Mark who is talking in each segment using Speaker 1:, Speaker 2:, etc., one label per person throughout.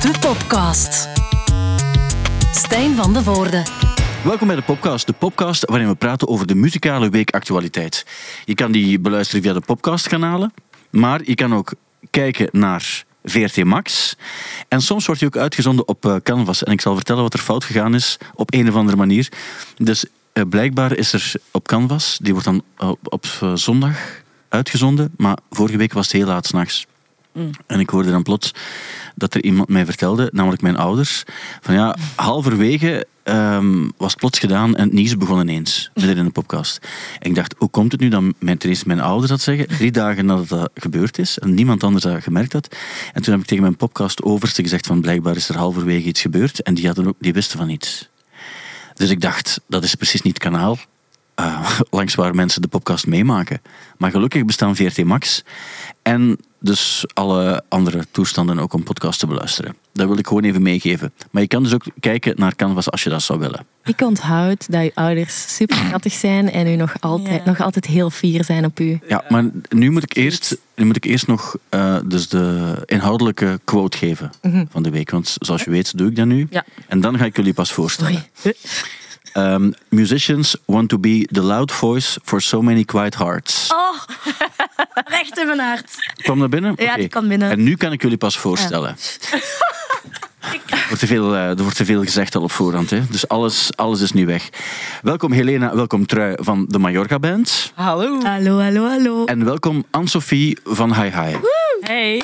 Speaker 1: De podcast. Stijn van de Voorde.
Speaker 2: Welkom bij de podcast, de podcast waarin we praten over de muzikale weekactualiteit. Je kan die beluisteren via de podcastkanalen, maar je kan ook kijken naar VRT Max. En soms wordt die ook uitgezonden op eh, Canvas. En ik zal vertellen wat er fout gegaan is op een of andere manier. Dus eh, blijkbaar is er op Canvas, die wordt dan op, op eh, zondag uitgezonden, maar vorige week was het heel laat s'nachts. Mm. En ik hoorde dan plots dat er iemand mij vertelde, namelijk mijn ouders, van ja, halverwege ehm, was het plots gedaan en het nieuws begon ineens, midden in de podcast. En ik dacht, hoe komt het nu dat mijn, ten eerste mijn ouders dat zeggen, drie dagen nadat dat gebeurd is en niemand anders dat gemerkt had. En toen heb ik tegen mijn podcast overste gezegd van blijkbaar is er halverwege iets gebeurd en die, hadden ook, die wisten van niets. Dus ik dacht, dat is precies niet het kanaal eh, langs waar mensen de podcast meemaken. Maar gelukkig bestaan VRT Max en dus alle andere toestanden ook om podcast te beluisteren. Dat wil ik gewoon even meegeven. Maar je kan dus ook kijken naar Canvas als je dat zou willen.
Speaker 3: Ik onthoud dat uw ouders super schattig zijn en u nog altijd,
Speaker 4: Ja.
Speaker 3: nog altijd heel fier zijn op u.
Speaker 2: Ja, maar nu moet ik eerst, nu moet ik eerst nog eh, dus de inhoudelijke quote geven van de week. Want zoals je weet doe ik dat nu.
Speaker 4: Ja.
Speaker 2: En dan ga ik jullie pas voorstellen.
Speaker 3: Sorry.
Speaker 2: Ehm, musicians want to be the loud voice for so many quiet hearts.
Speaker 4: Oh, recht in mijn hart.
Speaker 2: Kwam dat binnen?
Speaker 4: Ja,
Speaker 2: Oké.
Speaker 4: die kwam binnen.
Speaker 2: En nu kan ik jullie pas voorstellen. Er wordt, te veel, eh, er wordt te veel gezegd al op voorhand. Hè? Dus alles, alles is nu weg. Welkom Helena, welkom Trui van de Mallorca Band.
Speaker 4: Hallo.
Speaker 3: Hallo, hallo, hallo.
Speaker 2: En welkom Anne-Sophie van Hi Hi.
Speaker 4: Hey.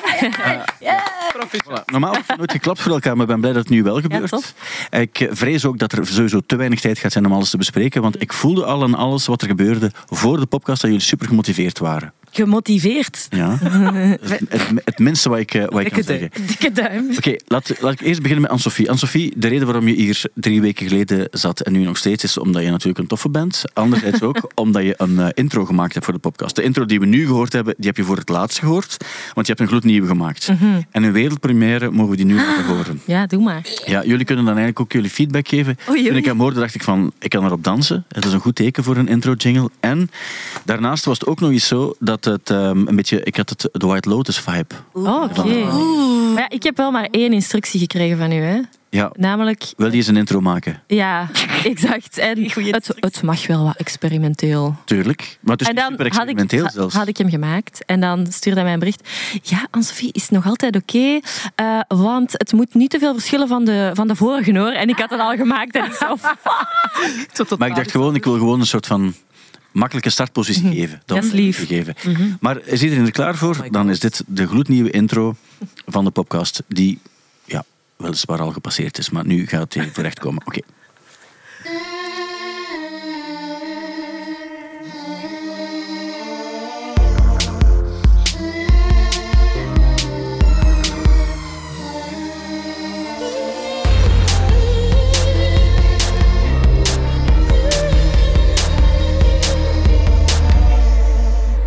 Speaker 2: Voilà. Normaal heb ik nooit geklapt voor elkaar, maar ik ben blij dat het nu wel gebeurt.
Speaker 4: tof.
Speaker 2: ik eh, vrees ook dat er sowieso te weinig tijd gaat zijn om alles te bespreken. Want ik voelde al aan alles wat er gebeurde voor de podcast dat jullie super gemotiveerd waren.
Speaker 4: Gemotiveerd.
Speaker 2: Ja. het, het, het minste wat ik, eh, wat ik kan zeggen.
Speaker 4: Dikke duim.
Speaker 2: Oké, laat, laat ik eerst beginnen met Anne-Sophie. Anne-Sophie, de reden waarom je hier drie weken geleden zat en nu nog steeds is omdat je natuurlijk een toffe bent. Anderzijds ook omdat je een eh, intro gemaakt hebt voor de podcast. De intro die we nu gehoord hebben, die heb je voor het laatst gehoord. Want je hebt een gloednieuwe gemaakt. En een wereldpremière mogen we die nu laten horen.
Speaker 3: Ja, doe maar.
Speaker 2: Ja, jullie kunnen dan eigenlijk ook jullie feedback geven.
Speaker 4: Oei, oei.
Speaker 2: Toen ik hem hoorde, dacht ik van, ik kan erop dansen. Het is een goed teken voor een intro-jingle. En daarnaast was het ook nog eens zo dat het ehm, een beetje... Ik had het de White Lotus-vibe.
Speaker 3: Oh, Oké. Maar ja, ik heb wel maar één instructie gekregen van u, hè?
Speaker 2: Ja,
Speaker 3: Namelijk,
Speaker 2: wil je eens een intro maken?
Speaker 3: ja, exact. En het, het mag wel wat experimenteel.
Speaker 2: Tuurlijk. Maar het is
Speaker 3: en dan
Speaker 2: super
Speaker 3: had ik,
Speaker 2: Dus experimenteel
Speaker 3: ha-
Speaker 2: zelfs.
Speaker 3: had ik hem gemaakt en dan stuurde hij mij een bericht. Ja, Anne-Sophie is nog altijd oké, eh, want het moet niet te veel verschillen van de, van de vorige hoor. En ik had het al gemaakt en ik zo...
Speaker 2: maar ik dacht gewoon, ik wil gewoon een soort van makkelijke startpositie geven.
Speaker 3: Dat is
Speaker 2: wil ik
Speaker 3: Mhm. lief. Mhm.
Speaker 2: u Geven. Maar is iedereen er klaar voor? Dan is dit de gloednieuwe intro van de podcast. Die, ja, weliswaar al gepasseerd is. Maar nu gaat hij terechtkomen. Oké.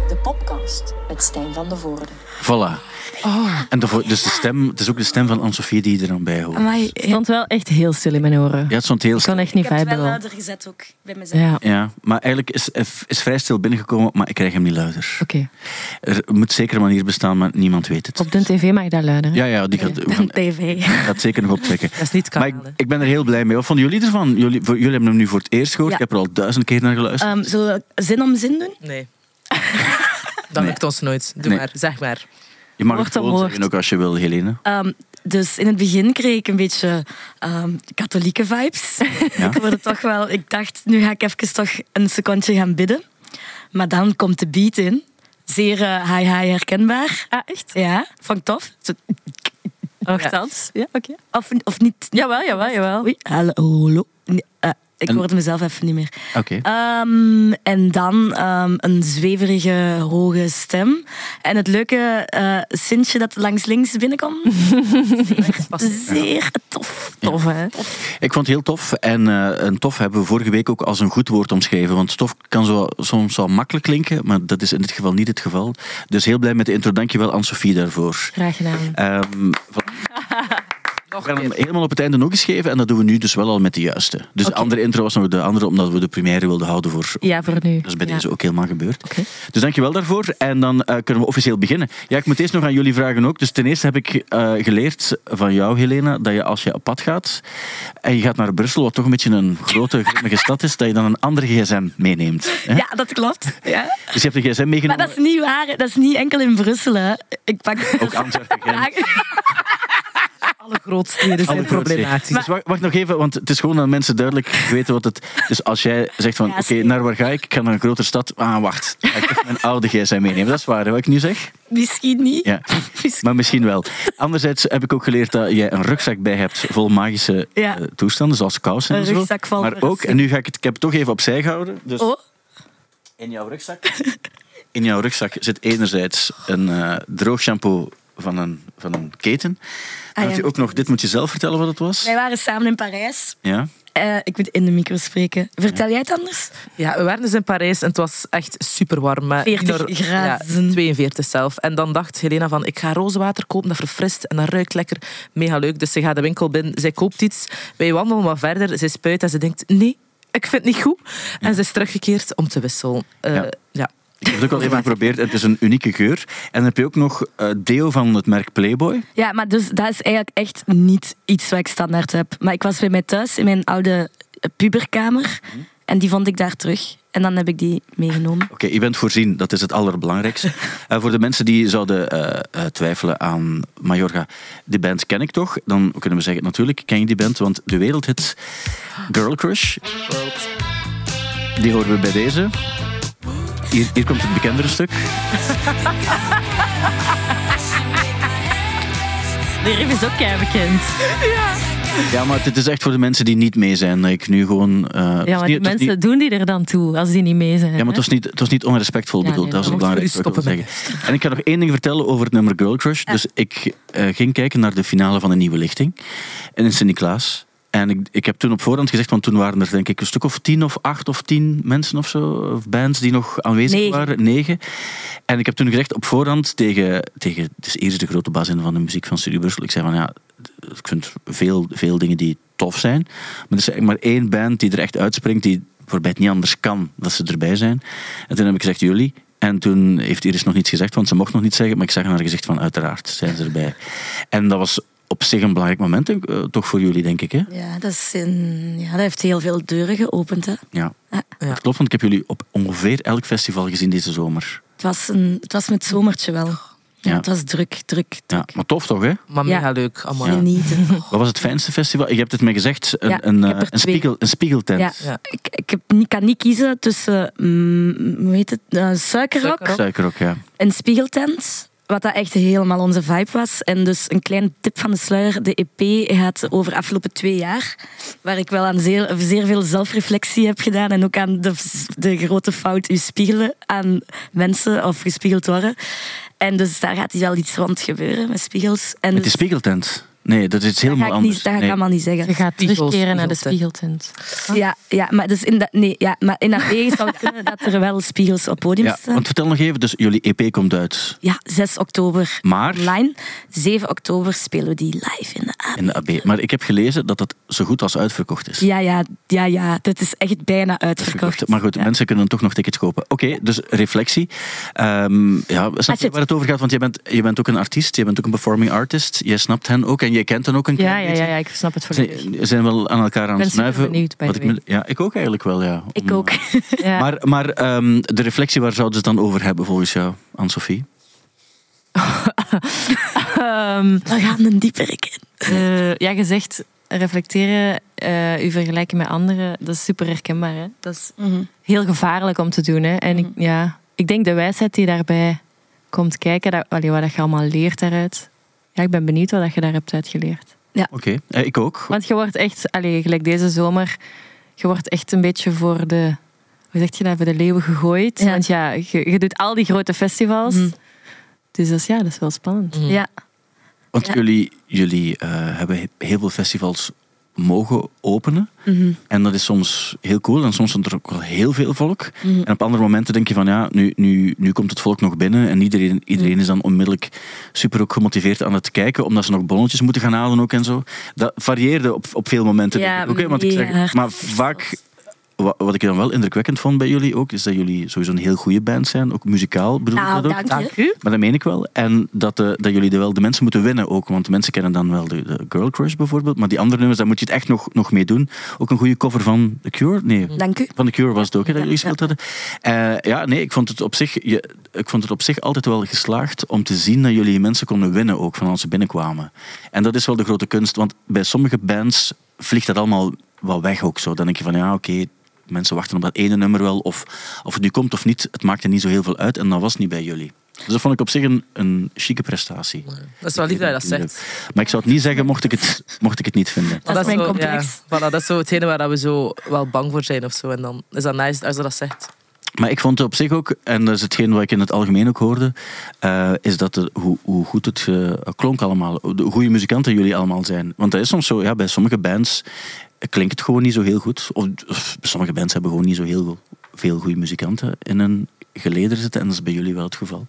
Speaker 5: De podcast met Stijn van de Voorde.
Speaker 2: Voilà.
Speaker 3: Oh.
Speaker 2: En de, vo- dus de stem, het is ook de stem van Anne-Sophie die er dan bij hoort.
Speaker 4: Maar
Speaker 3: Het stond wel echt heel stil in mijn oren.
Speaker 2: Ja, het stond heel
Speaker 3: Ik kon echt niet
Speaker 4: ik heb het wel
Speaker 3: vijbelen.
Speaker 4: luider gezet ook bij mezelf.
Speaker 3: Ja, oké.
Speaker 2: Ja, maar eigenlijk is, is vrij stil binnengekomen, maar ik krijg hem niet luider. Er moet zeker een manier bestaan, maar niemand weet het.
Speaker 3: Op de tv mag je dat luiden. hè?
Speaker 2: Ja, ja, die gaat, we gaan-
Speaker 4: TV.
Speaker 2: gaat zeker nog optrekken.
Speaker 6: Dat is niet
Speaker 2: Maar ik, ik ben er heel blij mee. Wat vonden jullie ervan? Jullie, voor- jullie hebben hem nu voor het eerst gehoord.
Speaker 4: Ja.
Speaker 2: Ik heb er al duizend keer naar geluisterd.
Speaker 4: Ehm, zullen we zin om zin doen?
Speaker 6: Nee. Dat lukt ons nooit. Doe
Speaker 2: Nee.
Speaker 6: maar, zeg maar.
Speaker 2: je mag het
Speaker 4: Ehm, woord om
Speaker 2: gewoon
Speaker 4: woord.
Speaker 2: zeggen ook als je wil, Helene.
Speaker 4: Ehm, dus in het begin kreeg ik een beetje ehm, katholieke vibes.
Speaker 2: Ja.
Speaker 4: Ik, hoorde toch wel, ik dacht, nu ga ik even toch een secondje gaan bidden. Maar dan komt de beat in. Zeer eh, hi-hi herkenbaar.
Speaker 3: Ah, echt?
Speaker 4: Ja, vond ik tof. Zo-
Speaker 3: Ochtends? Ja, oké.
Speaker 4: Of, of niet.
Speaker 3: Jawel, jawel, jawel.
Speaker 4: Oei, hallo. hallo. Nee, eh, ik
Speaker 2: En-
Speaker 4: hoorde mezelf even niet meer.
Speaker 2: Oké.
Speaker 4: Ehm, en dan ehm, een zweverige, hoge stem. En het leuke eh Sintje dat langs links binnenkomt. Zeer tof.
Speaker 3: Tof, hè?
Speaker 2: Ik vond het heel tof. En, eh, en tof hebben we vorige week ook als een goed woord omschreven. Want tof kan zo, soms wel makkelijk klinken, maar dat is in dit geval niet het geval. Dus heel blij met de intro. Dankjewel, Anne-Sophie, daarvoor.
Speaker 3: Graag gedaan.
Speaker 2: Ehm, van-
Speaker 6: nog
Speaker 2: We gaan hem
Speaker 6: weer.
Speaker 2: helemaal op het einde nog eens geven. En dat doen we nu dus wel al met de juiste. Dus de andere intro was nog de andere, omdat we de première wilden houden voor...
Speaker 3: Ja, voor nu.
Speaker 2: Dat is bij
Speaker 3: Ja.
Speaker 2: deze ook helemaal gebeurd.
Speaker 3: Oké.
Speaker 2: Dus dankjewel daarvoor. En dan eh, kunnen we officieel beginnen. Ja, ik moet eerst nog aan jullie vragen ook. Dus ten eerste heb ik eh, geleerd van jou, Helena, dat je als je op pad gaat en je gaat naar Brussel, wat toch een beetje een grote, grimmige stad is, dat je dan een andere gsm meeneemt. hè?
Speaker 4: Ja, dat klopt. Ja.
Speaker 2: Dus je hebt een gsm
Speaker 4: Maar
Speaker 2: meegenomen.
Speaker 4: dat is niet waar. hè. Dat is niet enkel in Brussel. Hè. Ik pak...
Speaker 2: Ook Antwerpen,
Speaker 3: Ah,
Speaker 2: Gent.
Speaker 6: Alle grootsteden zijn
Speaker 2: Alle grootsteden.
Speaker 6: problematisch.
Speaker 2: Dus wacht, wacht nog even, want het is gewoon aan mensen duidelijk weten wat het... Dus als jij zegt van,
Speaker 4: Ja,
Speaker 2: oké,
Speaker 4: zeker.
Speaker 2: naar waar ga ik? Ik ga naar een grotere stad. Ah, wacht. Ga ik toch mijn oude gsm meenemen. Dat is waar, hè, wat ik nu zeg.
Speaker 4: Misschien niet.
Speaker 2: Ja. Maar misschien wel. Anderzijds heb ik ook geleerd dat jij een rugzak bij hebt vol magische
Speaker 4: Ja.
Speaker 2: eh, toestanden, zoals kousen
Speaker 4: Een
Speaker 2: en zo.
Speaker 4: rugzak vol
Speaker 2: maar ook,
Speaker 4: verrassingen.
Speaker 2: en nu ga ik het, ik heb het toch even opzij gehouden. Dus
Speaker 4: Oh,
Speaker 2: in jouw rugzak. In jouw rugzak zit enerzijds een eh, droog shampoo van een, van een keten. Dan
Speaker 4: Ah, ja.
Speaker 2: had je ook nog, dit moet je zelf vertellen wat het was.
Speaker 4: wij waren samen in Parijs.
Speaker 2: Ja.
Speaker 4: Eh, ik moet in de micro spreken. Vertel jij het anders?
Speaker 6: Ja, we waren dus in Parijs en het was echt super warm.
Speaker 4: 40 graden.
Speaker 6: Ja, 42 zelf. En dan dacht Helena van, ik ga roze water kopen, dat verfrist en dat ruikt lekker. Mega leuk. Dus ze gaat de winkel binnen, zij koopt iets. Wij wandelen wat verder, zij spuit en ze denkt, nee, ik vind het niet goed. En ze is teruggekeerd om te wisselen. Eh,
Speaker 2: Ja.
Speaker 6: ja.
Speaker 2: Ik heb het ook al even geprobeerd. Het is een unieke geur. En dan heb je ook nog eh, deo van het merk Playboy.
Speaker 4: Ja, maar dus dat is eigenlijk echt niet iets wat ik standaard heb. Maar ik was bij mij thuis in mijn oude eh, puberkamer. En die vond ik daar terug. En dan heb ik die meegenomen.
Speaker 2: Oké, je bent voorzien, dat is het allerbelangrijkste. Eh, voor de mensen die zouden eh, eh, twijfelen aan Majorga, die band ken ik toch? Dan kunnen we zeggen, natuurlijk ken je die band, want de wereldhit Girl Crush, die horen we bij deze. Hier, hier komt het bekendere stuk.
Speaker 3: De riff is ook kei bekend.
Speaker 2: Ja, maar dit is echt voor de mensen die niet mee zijn. dat Ik nu gewoon... eh, het is
Speaker 3: Ja, maar die
Speaker 2: niet- het is
Speaker 3: mensen
Speaker 2: niet-
Speaker 3: doen die er dan toe als die niet mee zijn.
Speaker 2: Ja, maar het was niet, het was niet onrespectvol
Speaker 3: Ja,
Speaker 2: bedoeld.
Speaker 3: nee,
Speaker 2: dat is
Speaker 6: dan
Speaker 2: het
Speaker 6: moeten
Speaker 2: belangrijkste wat ik wil
Speaker 6: jullie
Speaker 2: zeggen. En ik ga nog één ding vertellen over het nummer Girl Crush. Dus ik eh, ging kijken naar de finale van de Nieuwe Lichting. En in Sint-Niklaas. En ik, ik heb toen op voorhand gezegd, want toen waren er denk ik een stuk of tien of acht of tien mensen of zo, of bands die nog aanwezig
Speaker 4: Negen.
Speaker 2: waren. Negen. En ik heb toen gezegd op voorhand tegen, tegen het is eerst de grote bazin van de muziek van Studio Brussel. Ik zei van ja, ik vind veel, veel dingen die tof zijn. Maar er is eigenlijk maar één band die er echt uitspringt, die waarbij het niet anders kan dat ze erbij zijn. En toen heb ik gezegd, jullie. En toen heeft Iris nog niets gezegd, want ze mocht nog niet zeggen. Maar ik zag in haar gezicht van, uiteraard zijn ze erbij. En dat was op zich een belangrijk moment, denk ik, eh, toch voor jullie, denk ik. Hè?
Speaker 4: Ja, dat, is een, ja, dat heeft heel veel deuren geopend. Hè.
Speaker 2: Ja.
Speaker 4: Ja.
Speaker 2: Dat klopt, want ik heb jullie op ongeveer elk festival gezien deze zomer.
Speaker 4: Het, was een, het was met zomertje wel. Ja,
Speaker 2: Ja.
Speaker 4: Het was druk, druk,
Speaker 2: Ja,
Speaker 4: druk.
Speaker 2: maar tof toch, hè?
Speaker 6: Maar
Speaker 4: Ja.
Speaker 6: mega leuk. Allemaal.
Speaker 4: Genieten.
Speaker 2: Wat was het fijnste festival? Je hebt het mij gezegd, een,
Speaker 4: Ja,
Speaker 2: een,
Speaker 4: ik
Speaker 2: eh,
Speaker 4: heb er
Speaker 2: een,
Speaker 4: twee.
Speaker 2: spiegel, een spiegeltent.
Speaker 4: Ja.
Speaker 6: Ja.
Speaker 4: Ik, ik heb, niet- kan niet kiezen tussen mm, hoe heet het, eh, suikerrok
Speaker 6: Suikerrok.
Speaker 2: Suikerrok, ja.
Speaker 4: en spiegeltent. Wat dat echt helemaal onze vibe was. En dus een klein tip van de sluier. De EP gaat over afgelopen twee jaar. Waar ik wel aan zeer, zeer veel zelfreflectie heb gedaan. En ook aan de, de grote fout u spiegelen aan mensen of gespiegeld worden. En dus daar gaat wel iets rond gebeuren met spiegels. En
Speaker 2: Met die
Speaker 4: dus
Speaker 2: spiegeltent. Nee, dat is iets
Speaker 4: dat ga
Speaker 2: helemaal
Speaker 4: ik,
Speaker 2: anders.
Speaker 4: niet, dat ga ik
Speaker 2: Nee.
Speaker 4: allemaal niet zeggen.
Speaker 3: Je gaat
Speaker 6: Spiegels,
Speaker 3: terugkeren naar de
Speaker 6: spiegels,
Speaker 3: spiegeltent.
Speaker 4: Ja, ja, maar, dus in dat, nee, ja, maar in dat wegen zou het kunnen dat er wel spiegels op podium
Speaker 2: Ja,
Speaker 4: staan.
Speaker 2: want vertel nog even, dus jullie EP komt uit.
Speaker 4: Ja, 6 oktober
Speaker 2: Maar?
Speaker 4: online. 7 oktober spelen we die live in de avond.
Speaker 2: In de AB. Maar ik heb gelezen dat dat zo goed als uitverkocht is.
Speaker 4: Ja, ja, ja, ja. Dat is echt bijna uitverkocht.
Speaker 2: Maar goed,
Speaker 4: Ja.
Speaker 2: mensen kunnen toch nog tickets kopen. Oké, dus reflectie. Ehm, ja, snap
Speaker 4: het-
Speaker 2: je waar het over gaat? Want je bent, je bent ook een artiest, je bent ook een performing artist. Je snapt hen ook en je kent hen ook een
Speaker 3: Ja,
Speaker 2: klein
Speaker 3: ja, ja, ja, ik snap het volledig.
Speaker 2: beetje. Ze zijn wel aan elkaar aan
Speaker 3: ben
Speaker 2: het snuiven.
Speaker 3: superbenieuwd, by
Speaker 2: Wat
Speaker 3: the
Speaker 2: ik me- ja, ik ook eigenlijk wel, ja.
Speaker 4: Ik
Speaker 2: Om-
Speaker 4: ook.
Speaker 3: Ja.
Speaker 2: Maar, maar ehm, de reflectie, waar zouden ze het dan over hebben volgens jou, Anne-Sophie?
Speaker 3: Ehm,
Speaker 4: We gaan een dieperik in.
Speaker 3: eh, ja, gezegd, reflecteren, eh u vergelijken met anderen, dat is super herkenbaar. Hè? Dat is
Speaker 4: Mhm.
Speaker 3: heel gevaarlijk om te doen. Hè? En ik, ja, ik denk de wijsheid die daarbij komt kijken, dat, allee, wat dat je allemaal leert daaruit. Ja, ik ben benieuwd wat dat je daar hebt uitgeleerd.
Speaker 2: Oké, eh, ik ook.
Speaker 3: Want je wordt echt, allee, gelijk deze zomer, je wordt echt een beetje voor de, hoe zeg je dat, voor de leeuwen gegooid.
Speaker 4: Ja.
Speaker 3: Want ja, je, je doet al die grote festivals.
Speaker 4: Mhm.
Speaker 3: Dus dat is, ja, dat is wel spannend.
Speaker 4: Ja,
Speaker 2: Want
Speaker 4: Ja.
Speaker 2: jullie, jullie eh, hebben heel veel festivals mogen openen.
Speaker 4: Mhm.
Speaker 2: En dat is soms heel cool. En soms zijn er ook wel heel veel volk.
Speaker 4: Mhm.
Speaker 2: En op andere momenten denk je van ja, nu, nu, nu komt het volk nog binnen. En
Speaker 4: Mhm.
Speaker 2: iedereen, iedereen is dan onmiddellijk super ook gemotiveerd aan het kijken. Omdat ze nog bonnetjes moeten gaan halen ook en zo. Dat varieerde op, op veel momenten.
Speaker 4: Ja,
Speaker 2: denk ik ook, hè, want ik zeg-
Speaker 4: miljard.
Speaker 2: maar vaak Wa- Wat ik dan wel indrukwekkend vond bij jullie ook, is dat jullie sowieso een heel goede band zijn. Ook muzikaal bedoel ik
Speaker 4: Nou,
Speaker 2: dat ook.
Speaker 4: dank je.
Speaker 6: u.
Speaker 2: Maar dat meen ik wel. En dat, eh, dat jullie er wel de mensen moeten winnen ook. Want de mensen kennen dan wel de, de Girl Crush bijvoorbeeld. Maar die andere nummers, daar moet je het echt nog, nog mee doen. Ook een goede cover van The Cure? Nee.
Speaker 4: Dank u.
Speaker 2: Van The Cure was het ook, hè, dat jullie
Speaker 4: Ja,
Speaker 2: gespeeld hadden. Eh, ja, nee, ik vond, het op zich, je, ik vond het op zich altijd wel geslaagd om te zien dat jullie mensen konden winnen ook, van als ze binnenkwamen. En dat is wel de grote kunst, want bij sommige bands vliegt dat allemaal wel weg ook zo. Dan denk je van, ja, oké, mensen wachten op dat ene nummer wel, of, of het nu komt of niet, het maakte niet zo heel veel uit, en dat was niet bij jullie. Dus dat vond ik op zich een, een chique prestatie.
Speaker 6: Dat is wel lief dat je dat zegt.
Speaker 2: Maar ik zou het niet zeggen mocht ik het, mocht ik het niet vinden.
Speaker 4: Dat is mijn complex.
Speaker 6: Ja, voilà, dat is zo hetgene waar we zo wel bang voor zijn of zo. En dan is dat nice als je dat zegt.
Speaker 2: Maar ik vond het op zich ook, en dat is hetgeen wat ik in het algemeen ook hoorde, eh, is dat de, hoe, hoe goed het eh, klonk allemaal. De goede muzikanten jullie allemaal zijn. Want dat is soms zo, ja, bij sommige bands klinkt het gewoon niet zo heel goed. Of, of sommige bands hebben gewoon niet zo heel go- veel goede muzikanten in hun geleder zitten. En dat is bij jullie wel het geval.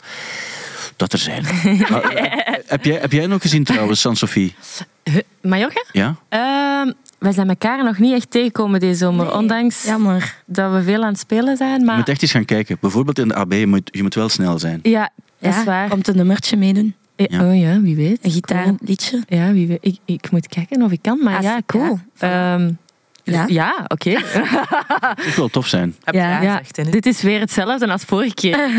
Speaker 2: Dat er zijn. Maar, eh, heb, jij, heb jij nog gezien trouwens, San-Sophie?
Speaker 3: Huh, Mallorca?
Speaker 2: Ja?
Speaker 3: Ehm, wij zijn elkaar nog niet echt tegengekomen deze zomer. Ondanks
Speaker 4: Jammer.
Speaker 3: dat we veel aan het spelen zijn.
Speaker 2: Je
Speaker 3: Maar
Speaker 2: moet echt eens gaan kijken. Bijvoorbeeld in de AB, je moet, je moet wel snel zijn.
Speaker 3: ja, dat
Speaker 4: Ja,
Speaker 3: is waar.
Speaker 4: Komt een nummertje meedoen.
Speaker 3: Eh, Oh ja, wie weet.
Speaker 4: Een gitaarliedje.
Speaker 3: Cool. Ja, wie weet. Ik, ik moet kijken of ik kan, Ah, maar
Speaker 4: Als-
Speaker 3: ja, cool. Ehm,
Speaker 4: Ja.
Speaker 3: Ja, oké.
Speaker 2: Het wil tof zijn.
Speaker 6: Heb
Speaker 4: Ja.
Speaker 6: ja,
Speaker 3: Ja,
Speaker 6: gezegd, hè, niet?
Speaker 3: dit is weer hetzelfde als vorige keer.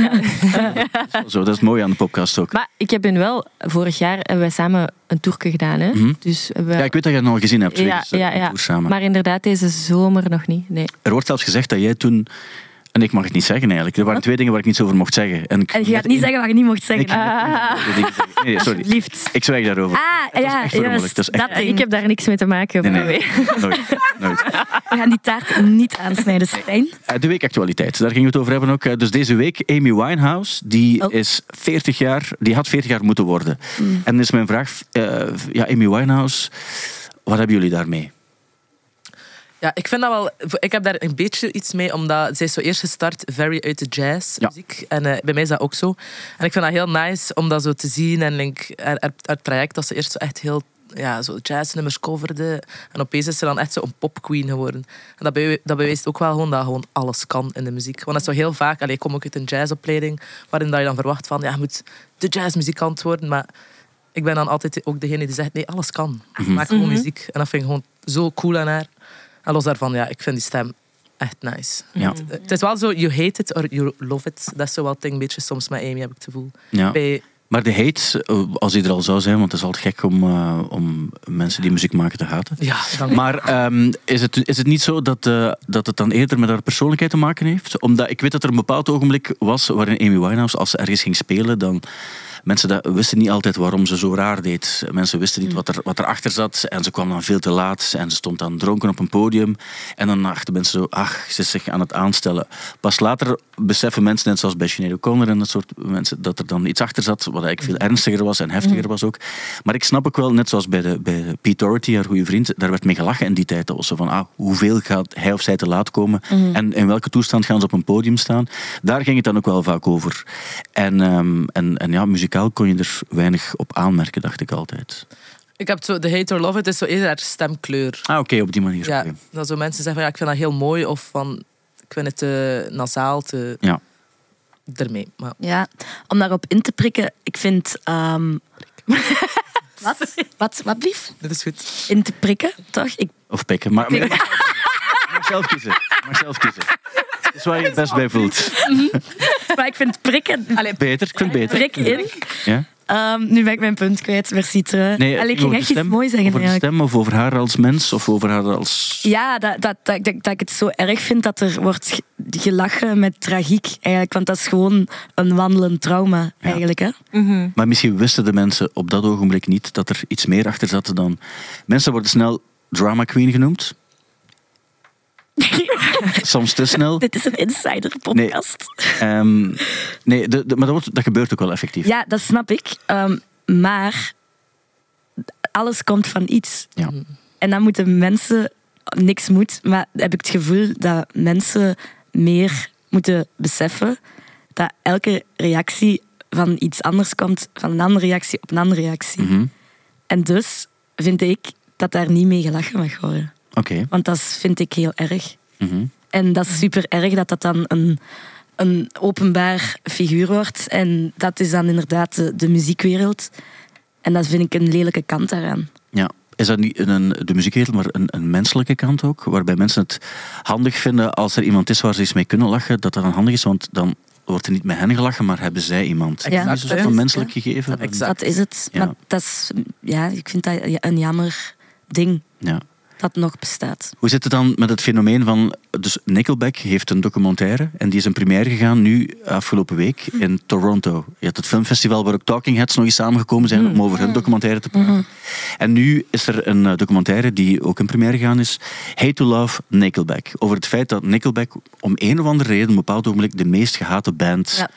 Speaker 2: Zo, dat is het mooie aan de podcast ook.
Speaker 3: Maar ik heb hun wel, vorig jaar hebben wij samen een tourke gedaan. Hè?
Speaker 2: Mhm.
Speaker 3: Dus we,
Speaker 2: Ja, ik weet dat jij het al gezien hebt.
Speaker 3: ja,
Speaker 2: dus, eh,
Speaker 3: ja,
Speaker 2: een
Speaker 3: ja.
Speaker 2: tour samen.
Speaker 3: Maar inderdaad, deze zomer nog niet. Nee.
Speaker 2: Er wordt zelfs gezegd dat jij toen... En ik mag het niet zeggen eigenlijk. Er waren twee dingen waar ik niets over mocht zeggen. En, ik
Speaker 4: En je gaat niet zeggen wat je niet mocht zeggen.
Speaker 2: Ik- zeggen... Nee, sorry.
Speaker 4: Liefd.
Speaker 2: Ik zwijg daarover.
Speaker 4: Ah, ja,
Speaker 2: echt vermoedelijk.
Speaker 4: juist.
Speaker 2: Dat is echt-
Speaker 4: Dat ding.
Speaker 3: Ik heb daar niks mee te maken.
Speaker 2: Nee,
Speaker 3: by the
Speaker 2: nee.
Speaker 3: way.
Speaker 2: Nooit. Nooit.
Speaker 4: We gaan die taart niet aansnijden, Stijn.
Speaker 2: Eh, De weekactualiteit, daar gingen we het over hebben ook. Eh, Dus deze week, Amy Winehouse, die,
Speaker 4: Oh.
Speaker 2: is 40 jaar, die had 40 jaar moeten worden. En dan is mijn vraag, eh, ja, Amy Winehouse, wat hebben jullie daarmee?
Speaker 6: Ja, ik vind dat wel... Ik heb daar een beetje iets mee, omdat zij is zo eerst gestart very uit de jazz
Speaker 2: Ja.
Speaker 6: muziek. En eh, bij mij is dat ook zo. En ik vind dat heel nice om dat zo te zien. En like, haar, haar- haar traject, dat ze eerst zo echt heel... Ja, zo jazznummers coverde. En opeens is ze dan echt zo een popqueen geworden. En dat, be- dat bewijst ook wel gewoon dat gewoon alles kan in de muziek. Want dat is zo heel vaak... Allee, ik kom ook uit een jazzopleiding, waarin dat je dan verwacht van... Ja, je moet de jazzmuzikant worden, maar... Ik ben dan altijd ook degene die zegt, nee, alles kan.
Speaker 2: Mhm.
Speaker 6: Maak gewoon muziek. En dat vind ik gewoon zo cool aan haar. En los daarvan, ja, ik vind die stem echt nice.
Speaker 2: Ja.
Speaker 6: Het, eh, het is wel zo, you hate it or you love it. Dat is zo wel het ding, een beetje soms met Amy, heb ik het gevoel.
Speaker 2: Ja.
Speaker 6: Bij,
Speaker 2: Maar de hate, eh, als die er al zou zijn, want het is altijd gek om, eh, om mensen die muziek maken te haten.
Speaker 6: ja, dank
Speaker 2: Maar ehm, is, het, is het niet zo dat, eh, dat het dan eerder met haar persoonlijkheid te maken heeft? Omdat ik weet dat er een bepaald ogenblik was waarin Amy Winehouse, als ze ergens ging spelen, dan mensen dat, wisten niet altijd waarom ze zo raar deed. Mensen wisten niet wat, er, wat erachter zat en ze kwam dan veel te laat en ze stond dan dronken op een podium. En dan dachten mensen zo, ach, ze is zich aan het aanstellen. Pas later beseffen mensen, net zoals bij Sinead O'Connor en dat soort mensen, dat er dan iets achter zat wat eigenlijk veel ernstiger was en heftiger was ook. Maar ik snap ook wel, net zoals bij, de, bij Pete Doherty, haar goede vriend, daar werd mee gelachen in die tijd. Dat was zo van, ah, hoeveel gaat hij of zij te laat komen en in welke toestand gaan ze op een podium staan. Daar ging het dan ook wel vaak over. En, ehm, en, en ja, muzikaal kon je er weinig op aanmerken, dacht ik altijd.
Speaker 6: Ik heb het zo, de hate or love it is zo eerder haar stemkleur.
Speaker 2: Ah, oké, op die manier.
Speaker 6: Ja,
Speaker 2: oké.
Speaker 6: dat zo mensen zeggen, van, ja, ik vind dat heel mooi. Of van, ik vind het te nasaal, te
Speaker 2: Ja.
Speaker 6: ermee. Maar
Speaker 4: Ja, om daarop in te prikken, ik vind... ehm, wat? Wat, wat lief?
Speaker 6: dit is goed.
Speaker 4: In te prikken, toch? Ik,
Speaker 2: Of pikken. Maar, maar, mag zelf kiezen. Mag zelf kiezen. Dat is waar je het best bij voelt.
Speaker 4: maar ik vind prikken...
Speaker 6: Allee,
Speaker 2: Beter, ik vind het beter.
Speaker 4: Prik in.
Speaker 2: Ja?
Speaker 4: Ehm, nu ben ik mijn punt kwijt, merci terug. Allee, ik
Speaker 2: over
Speaker 4: ging
Speaker 2: de
Speaker 4: echt
Speaker 2: stem,
Speaker 4: iets moois zeggen
Speaker 2: Over de
Speaker 4: eigenlijk.
Speaker 2: stem of over haar als mens of over haar als...
Speaker 4: Ja, dat, dat, dat, dat, dat ik het zo erg vind dat er wordt ge- gelachen met tragiek eigenlijk. Want dat is gewoon een wandelend trauma eigenlijk. Hè? Hm.
Speaker 2: Maar misschien wisten de mensen op dat ogenblik niet dat er iets meer achter zat dan... Mensen worden snel drama queen genoemd. Soms te snel.
Speaker 4: Dit is een insider podcast.
Speaker 2: Ehm, nee, de, de- maar dat, wordt, dat gebeurt ook wel effectief.
Speaker 4: Ja, dat snap ik. Ehm, maar alles komt van iets.
Speaker 2: Ja.
Speaker 4: En dan moeten mensen, niks moet, maar heb ik het gevoel dat mensen meer moeten beseffen dat elke reactie van iets anders komt, van een andere reactie op een andere reactie.
Speaker 2: Mhm.
Speaker 4: En dus vind ik dat daar niet mee gelachen mag worden.
Speaker 2: Oké.
Speaker 4: Want dat vind ik heel erg.
Speaker 2: Mhm.
Speaker 4: En dat is super erg dat dat dan een, een openbaar figuur wordt. En dat is dan inderdaad de, de muziekwereld. En dat vind ik een lelijke kant daaraan.
Speaker 2: Ja. Is dat niet een, de muziekwereld, maar een, een menselijke kant ook? Waarbij mensen het handig vinden als er iemand is waar ze eens mee kunnen lachen, dat dat dan handig is, want dan wordt er niet met hen gelachen, maar hebben zij iemand.
Speaker 4: Ja,
Speaker 2: dat is
Speaker 6: dat
Speaker 2: dus een
Speaker 6: is-
Speaker 2: menselijk gegeven.
Speaker 6: dat- Exact.
Speaker 4: Dat is het.
Speaker 2: Ja.
Speaker 4: Maar dat is, ja, ik vind dat een jammer ding
Speaker 2: Ja.
Speaker 4: dat nog bestaat.
Speaker 2: Hoe zit het dan met het fenomeen van... Dus Nickelback heeft een documentaire en die is in première gegaan nu afgelopen week in Toronto. Je had het filmfestival waar ook Talking Heads nog eens samengekomen zijn om over hun documentaire te praten. En nu is er een eh, documentaire die ook in première gegaan is. Hate to Love Nickelback. Over het feit dat Nickelback om een of andere reden op een bepaald ogenblik de meest gehate band
Speaker 4: Ja.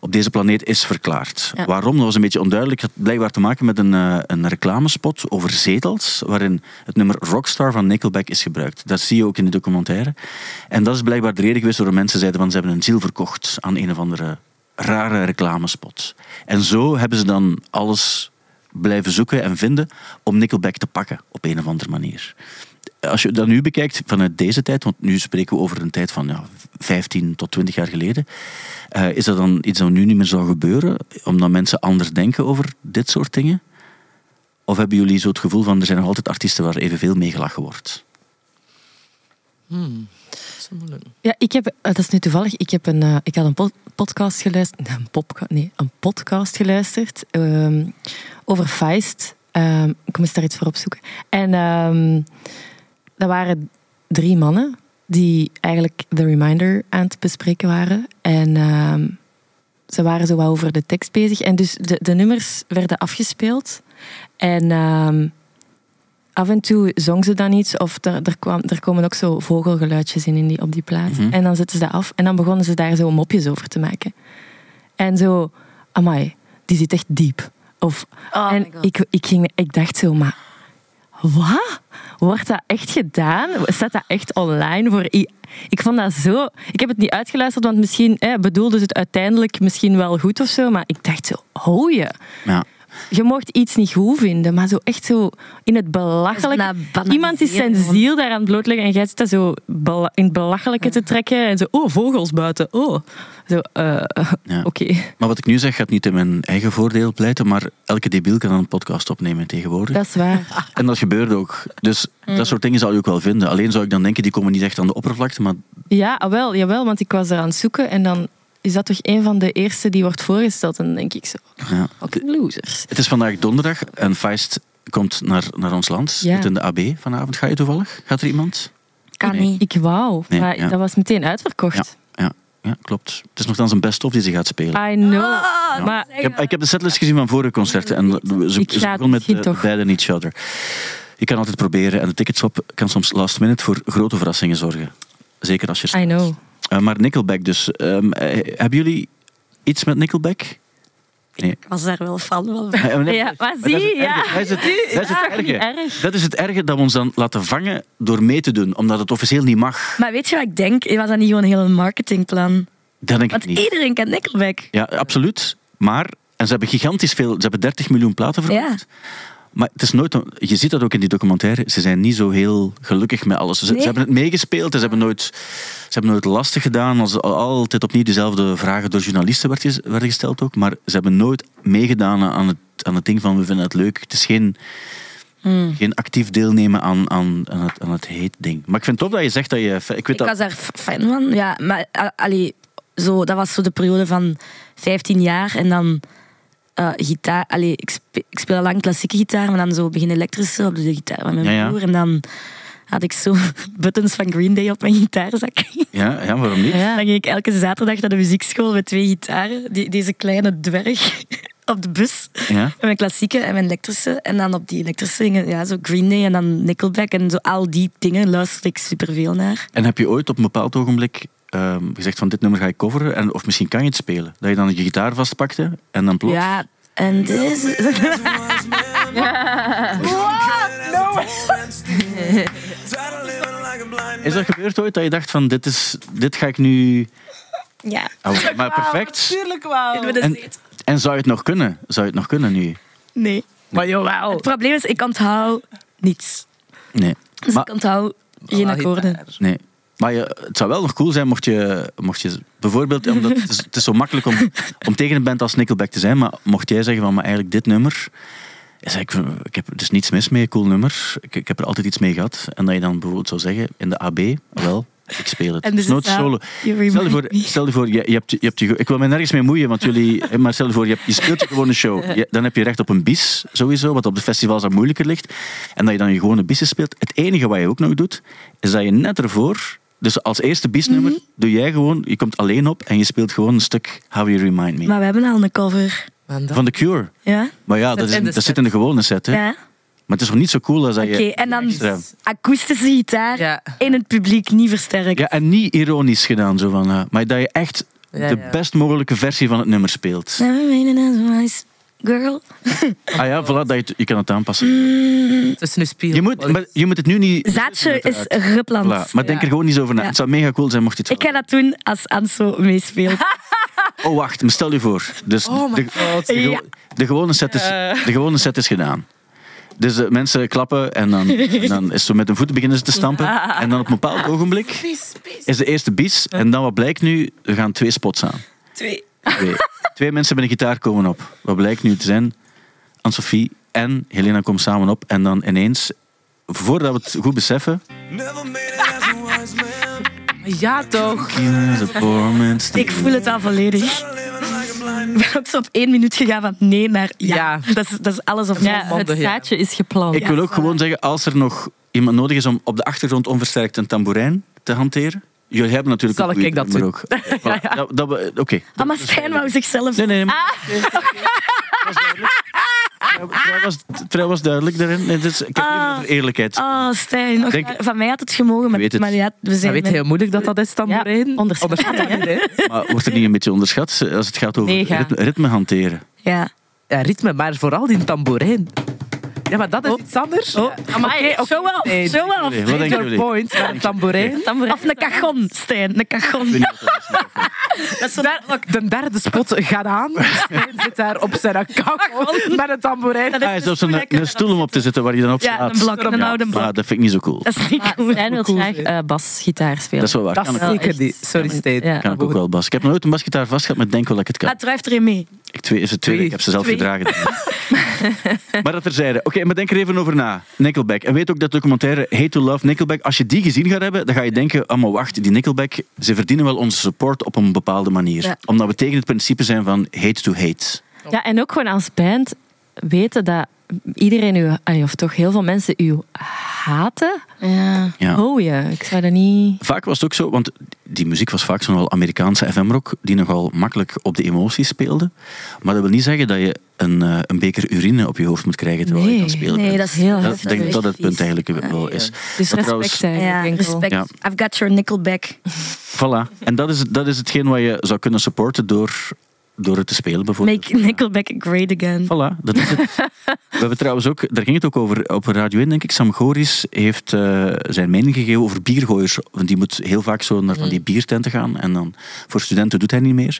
Speaker 2: op deze planeet is verklaard.
Speaker 4: Ja.
Speaker 2: Waarom? Dat was een beetje onduidelijk. Het had blijkbaar te maken met een, eh, een reclamespot over zetels, waarin het nummer Rockstar van Nickelback is gebruikt. Dat zie je ook in de documentaire. En dat is blijkbaar de reden geweest waarom mensen zeiden van ze hebben hun ziel verkocht aan een of andere rare reclamespot. En zo hebben ze dan alles blijven zoeken en vinden om Nickelback te pakken op een of andere manier. Als je dat nu bekijkt vanuit deze tijd, want nu spreken we over een tijd van ja, 15 tot 20 jaar geleden, eh, is dat dan iets dat nu niet meer zou gebeuren, omdat mensen anders denken over dit soort dingen? Of hebben jullie zo het gevoel van er zijn nog altijd artiesten waar evenveel mee gelachen wordt?
Speaker 6: Dat is moeilijk.
Speaker 3: Ja, ik heb, eh, dat is nu toevallig, ik, heb een, eh, ik had een pod- podcast geluisterd, nee, een, popca- nee, een podcast geluisterd ehm, over Feist. Ehm, ik moest daar iets voor opzoeken. En ehm dat waren drie mannen die eigenlijk The Reminder aan het bespreken waren. En ehm, ze waren zo wat over de tekst bezig. En dus de, de nummers werden afgespeeld. En... ehm, af en toe zong ze dan iets of er, er, kwam, er komen ook zo vogelgeluidjes in, in die, op die plaat.
Speaker 2: Mhm.
Speaker 3: En dan zetten ze dat af en dan begonnen ze daar zo mopjes over te maken. En zo, amai, die zit echt diep. Of, en ik, ik, ging, ik dacht zo, maar wat? Wordt dat echt gedaan? Staat dat echt online voor... i- Ik vond dat zo... Ik heb het niet uitgeluisterd, want misschien eh, bedoelde ze het uiteindelijk misschien wel goed of zo. Maar ik dacht zo, hou je?
Speaker 2: Ja.
Speaker 3: je mocht iets niet goed vinden, maar zo echt zo in het belachelijke.
Speaker 4: Dat is bijna
Speaker 3: Iemand is zijn
Speaker 4: banaliseren,
Speaker 3: ziel daaraan blootleggen en jij zit dat zo bela- in het belachelijke te trekken. En zo, oh, vogels buiten, oh. Zo, eh, eh,
Speaker 2: Ja.
Speaker 3: oké.
Speaker 2: Maar wat ik nu zeg gaat niet in mijn eigen voordeel pleiten, maar elke debiel kan een podcast opnemen tegenwoordig.
Speaker 3: Dat is waar.
Speaker 2: En dat gebeurde ook. Dus dat soort dingen zou je ook wel vinden. Alleen zou ik dan denken, die komen niet echt aan de oppervlakte, maar
Speaker 3: Ja, ah, wel, jawel, want ik was eraan het zoeken en dan is dat toch een van de eerste die wordt voorgesteld. En dan denk ik zo,
Speaker 2: ja.
Speaker 3: fucking losers.
Speaker 2: Het is vandaag donderdag en Feist komt naar, naar ons land.
Speaker 3: Ja.
Speaker 2: Doet in de AB vanavond. Ga je toevallig? Gaat er iemand?
Speaker 4: Kan
Speaker 2: Nee.
Speaker 4: niet.
Speaker 3: Ik wou,
Speaker 2: Nee,
Speaker 3: maar
Speaker 2: ja.
Speaker 3: dat was meteen uitverkocht.
Speaker 2: Ja, ja klopt. Het is nogthans een best-of die ze gaat spelen.
Speaker 3: I know.
Speaker 4: Ah,
Speaker 2: Ja.
Speaker 3: maar
Speaker 2: ik, heb, ik heb de setlist gezien van vorige concerten en ze, ze
Speaker 3: Ik ga
Speaker 2: begon met
Speaker 3: misschien
Speaker 2: eh,
Speaker 3: toch.
Speaker 2: Bad and Each Other. Je kan altijd proberen en de ticketshop kan soms last minute voor grote verrassingen zorgen. Zeker als je...
Speaker 3: I know.
Speaker 2: Eh, maar Nickelback dus. Ehm, eh, hebben jullie iets met Nickelback?
Speaker 4: Ik was daar wel fan van.
Speaker 3: Ja, maar zie, ja.
Speaker 2: Dat is het erge. Dat is
Speaker 3: Ja,
Speaker 2: het
Speaker 3: niet
Speaker 2: erge.
Speaker 3: erg.
Speaker 2: Dat is het erge dat we ons dan laten vangen door mee te doen, omdat het officieel niet mag.
Speaker 4: Maar weet je wat ik denk? Was dat niet gewoon een heel marketingplan?
Speaker 2: Dat denk
Speaker 4: Want
Speaker 2: ik niet.
Speaker 4: iedereen kent Nickelback.
Speaker 2: Ja, absoluut. Maar, en ze hebben gigantisch veel, ze hebben 30 miljoen platen
Speaker 4: Ja.
Speaker 2: verkocht. Maar het is nooit, een- je ziet dat ook in die documentaire, ze zijn niet zo heel gelukkig met alles. Ze, ze
Speaker 4: Nee.
Speaker 2: hebben het meegespeeld en ze hebben nooit, ze hebben nooit lastig gedaan. Als altijd opnieuw dezelfde vragen door journalisten werd ges- werden gesteld ook. Maar ze hebben nooit meegedaan aan het, aan het ding van we vinden het leuk. Het is geen, geen actief deelnemen aan, aan, aan, het, aan het heet ding. Maar ik vind het tof dat je zegt dat je... Ik weet
Speaker 4: Ik
Speaker 2: dat,
Speaker 4: was daar f- fan van. Ja, maar a- allee, zo, dat was zo de periode van 15 jaar en dan eh, gitaar. Allee, ik, spe- ik speel lang klassieke gitaar, maar dan zo begin elektrische op dus de gitaar van mijn
Speaker 2: Ja, ja.
Speaker 4: broer. En dan had ik zo buttons van Green Day op mijn gitaarzak.
Speaker 2: ja, ja, waarom niet?
Speaker 4: Dan ging ik elke zaterdag naar de muziekschool met twee gitaren. Die, deze kleine dwerg op de bus.
Speaker 2: Ja.
Speaker 4: Met mijn klassieke en mijn elektrische. En dan op die elektrische dingen, ja, zo Green Day en dan Nickelback. En zo al die dingen luisterde ik superveel naar.
Speaker 2: En heb je ooit op een bepaald ogenblik ehm, gezegd van dit nummer ga ik coveren, en, of misschien kan je het spelen? Dat je dan je gitaar vastpakte en dan plots...
Speaker 4: Ja,
Speaker 3: Oh.
Speaker 4: en dit is...
Speaker 7: What? No.
Speaker 2: Is dat gebeurd ooit dat je dacht van dit, is, dit ga ik nu...
Speaker 4: Ja.
Speaker 2: Oh, maar perfect.
Speaker 6: Tuurlijk wel.
Speaker 4: Doen we dus-
Speaker 2: En,
Speaker 4: dat niet?
Speaker 2: en zou je het nog kunnen? Zou je het nog kunnen nu?
Speaker 4: Nee.
Speaker 6: Maar jawel.
Speaker 4: Het probleem is, ik onthoud niets.
Speaker 2: Nee.
Speaker 4: Dus
Speaker 2: Maar,
Speaker 4: ik onthoud geen akkoorden.
Speaker 2: nee. maar je, het zou wel nog cool zijn mocht je, mocht je bijvoorbeeld, omdat het, is, het is zo makkelijk om, om tegen een band als Nickelback te zijn, maar mocht jij zeggen van maar eigenlijk dit nummer, is eigenlijk, ik heb, er is niets mis mee, cool nummer, ik, ik heb er altijd iets mee gehad. En dat je dan bijvoorbeeld zou zeggen in de AB, wel, ik speel het.
Speaker 4: En dus
Speaker 2: Desnoods
Speaker 4: het zou-
Speaker 2: solo.
Speaker 4: You
Speaker 2: Stel je
Speaker 4: remind
Speaker 2: voor,
Speaker 4: me.
Speaker 2: stel je, voor je, je hebt, je hebt, je- ik wil me nergens mee moeien, want jullie, maar stel je voor, je, hebt, je speelt je gewone show. Je- dan heb je recht op een bis, sowieso, wat op de festivals dan moeilijker ligt. En dat je dan je gewone bissen speelt. Het enige wat je ook nog doet, is dat je net ervoor, dus als eerste bisnummer,
Speaker 4: Mhm.
Speaker 2: doe jij gewoon, je komt alleen op en je speelt gewoon een stuk How You Remind Me.
Speaker 4: Maar we hebben al een cover.
Speaker 2: van The Cure.
Speaker 4: Ja?
Speaker 2: Maar ja, dat, is,
Speaker 6: in de
Speaker 2: dat
Speaker 6: set.
Speaker 2: zit in de gewone set. Hè?
Speaker 4: Ja.
Speaker 2: Maar het is nog niet zo cool als dat
Speaker 4: Oké,
Speaker 2: je...
Speaker 4: en dan
Speaker 2: extra.
Speaker 4: akoestische gitaar
Speaker 6: Ja.
Speaker 4: in het publiek, niet versterkt.
Speaker 2: Ja, en niet ironisch gedaan, zo van, eh, maar dat je echt
Speaker 6: Ja,
Speaker 2: de
Speaker 6: ja.
Speaker 2: best mogelijke versie van het nummer speelt.
Speaker 4: Never made it as a nice girl.
Speaker 2: Ah ja, voilà, dat je, het- je kan het aanpassen.
Speaker 6: Tussen uw spiegel.
Speaker 2: Je moet, maar je moet het nu niet...
Speaker 4: Zaadje
Speaker 2: Uiteraard.
Speaker 4: is Rupland.
Speaker 2: Voilà, maar denk er gewoon niet zo over na.
Speaker 4: Ja.
Speaker 2: Het zou mega cool zijn mocht je het
Speaker 4: Ik
Speaker 2: wel-
Speaker 4: ga dat doen als Anso meespeelt.
Speaker 2: Oh, wacht, maar stel je voor. Dus
Speaker 6: Oh my
Speaker 2: de,
Speaker 6: God.
Speaker 2: De, gewo-
Speaker 4: Ja. Eh.
Speaker 2: de gewone set is, de gewone set is gedaan. Dus eh, mensen klappen en dan, en dan is zo met hun voeten beginnen ze te stampen. En dan op een bepaald ogenblik is de eerste bies. En dan wat blijkt nu? Er gaan twee spots aan.
Speaker 4: Twee.
Speaker 2: Twee, twee mensen met een gitaar komen op. Wat blijkt nu te zijn? Anne-Sophie en Helena komen samen op. En dan ineens, voordat we het goed beseffen...
Speaker 6: Ja, toch.
Speaker 4: Ik voel het al volledig. Ik ben ook zo op één minuut gegaan van nee naar ja.
Speaker 6: Ja.
Speaker 4: Dat, is, dat is alles of
Speaker 3: Ja,
Speaker 4: ja.
Speaker 6: Volmondig,
Speaker 3: het
Speaker 6: ja.
Speaker 3: zaadje is geplant.
Speaker 2: Ik wil ook gewoon zeggen, als er nog iemand nodig is om op de achtergrond onversterkt een tamboerijn te hanteren. Jullie hebben natuurlijk
Speaker 6: Zal
Speaker 2: een
Speaker 6: ik
Speaker 2: goeie
Speaker 6: dat
Speaker 2: drummer ook. Voilà. Dat- dat we- Oké.
Speaker 4: Ah, maar Stijn wou zichzelf...
Speaker 2: Nee, nee, nee. maar- Dat was duidelijk. Vrij- vrij was, vrij was duidelijk daarin. Nee, dus, ik heb het even over eerlijkheid.
Speaker 4: Oh, Stijn. nog
Speaker 2: Denk-
Speaker 4: maar- van mij had het gemogen, maar,
Speaker 2: weet het.
Speaker 4: maar ja, we zijn...
Speaker 6: Ja, weet je
Speaker 4: met-
Speaker 6: hoe moeilijk dat dat is, tamboerijn?
Speaker 3: Ja, onderschat.
Speaker 6: dat niet, hè?
Speaker 2: Maar wordt er niet een beetje onderschat eh, als het gaat over
Speaker 3: Mega.
Speaker 2: ritme, ritme hanteren?
Speaker 4: Ja.
Speaker 6: Ja, ritme, maar vooral die tamboerijn. Ja, maar dat is iets anders.
Speaker 4: Oh,
Speaker 2: Ah,
Speaker 6: Amai,
Speaker 4: oké, show off,
Speaker 6: Nee.
Speaker 4: show off.
Speaker 2: Jullie, wat denken
Speaker 6: Your
Speaker 2: jullie?
Speaker 6: point, maar een tamboerijn.
Speaker 4: Of een cajon, Stijn. Een
Speaker 2: Ik
Speaker 4: cajon.
Speaker 2: weet niet wat dat is.
Speaker 6: De derde spot gaat aan. Stijn zit daar op zijn account met een tamboerijn.
Speaker 4: Dat
Speaker 2: Ah,
Speaker 4: is
Speaker 2: is
Speaker 4: een
Speaker 2: zelfs een,
Speaker 4: lekker-
Speaker 2: een stoel om op te zitten waar je dan op
Speaker 4: Ja,
Speaker 2: slaat.
Speaker 4: een blok, een oude blok.
Speaker 2: Maar dat vind ik niet zo cool.
Speaker 4: Dat is niet
Speaker 3: Maar
Speaker 4: goed.
Speaker 3: Stijn wil
Speaker 6: cool
Speaker 3: graag
Speaker 6: zijn.
Speaker 3: eh, basgitaar spelen.
Speaker 2: Dat is wel waar.
Speaker 6: Dat
Speaker 2: kan,
Speaker 6: is
Speaker 2: ik,
Speaker 3: wel
Speaker 6: zeker
Speaker 3: echt-
Speaker 6: niet. Sorry,
Speaker 3: Ja.
Speaker 6: Stijn.
Speaker 3: Ja.
Speaker 2: kan ik ook wel, Bas. Ik heb nog nooit een basgitaar vastgehad, maar ik denk wel dat ik het kan.
Speaker 4: Ah, drijft erin mee.
Speaker 2: Ik twee is het tweede. Ik heb ze zelf
Speaker 4: Twee.
Speaker 2: gedragen. maar dat terzijde. Oké, maar denk er even over na. Nickelback. En weet ook dat documentaire Hate to Love Nickelback, als je die gezien gaat hebben, dan ga je denken, oh maar wacht, die Nickelback, ze verdienen wel onze support op een bepaalde manier.
Speaker 4: Ja.
Speaker 2: Omdat we tegen het principe zijn van hate to hate.
Speaker 3: Ja, en ook gewoon als band weten dat iedereen u, allee, of toch heel veel mensen u haten.
Speaker 4: Ja.
Speaker 2: Ja.
Speaker 3: Oh ja, ik zou dat niet.
Speaker 2: Vaak was het ook zo, want die muziek was vaak zo'n wel Amerikaanse FM-rock, die nogal makkelijk op de emoties speelde. Maar dat wil niet zeggen dat je een, eh, een beker urine op je hoofd moet krijgen terwijl je
Speaker 3: Nee.
Speaker 2: kan spelen.
Speaker 4: Nee,
Speaker 2: bent.
Speaker 4: dat is
Speaker 3: Heel
Speaker 4: heel
Speaker 2: dat, ik denk dat
Speaker 4: echt
Speaker 2: dat het punt
Speaker 4: vies.
Speaker 2: eigenlijk wel is.
Speaker 3: Dus
Speaker 2: Maar
Speaker 3: respect
Speaker 2: trouwens-
Speaker 4: Ja,
Speaker 3: eigenlijk. enkel.
Speaker 4: respect.
Speaker 2: Ja.
Speaker 4: I've got your Nickelback.
Speaker 2: Voilà. En dat is, dat is hetgeen wat je zou kunnen supporten door, door het te spelen, bijvoorbeeld.
Speaker 4: Make Nickelback great again.
Speaker 2: Voilà, dat is het. We hebben trouwens ook, daar ging het ook over op Radio 1, denk ik. Sam Goris heeft eh, zijn mening gegeven over biergooiers. Want die moet heel vaak zo naar van
Speaker 4: Mm.
Speaker 2: die biertenten gaan. En dan, voor studenten doet hij niet meer.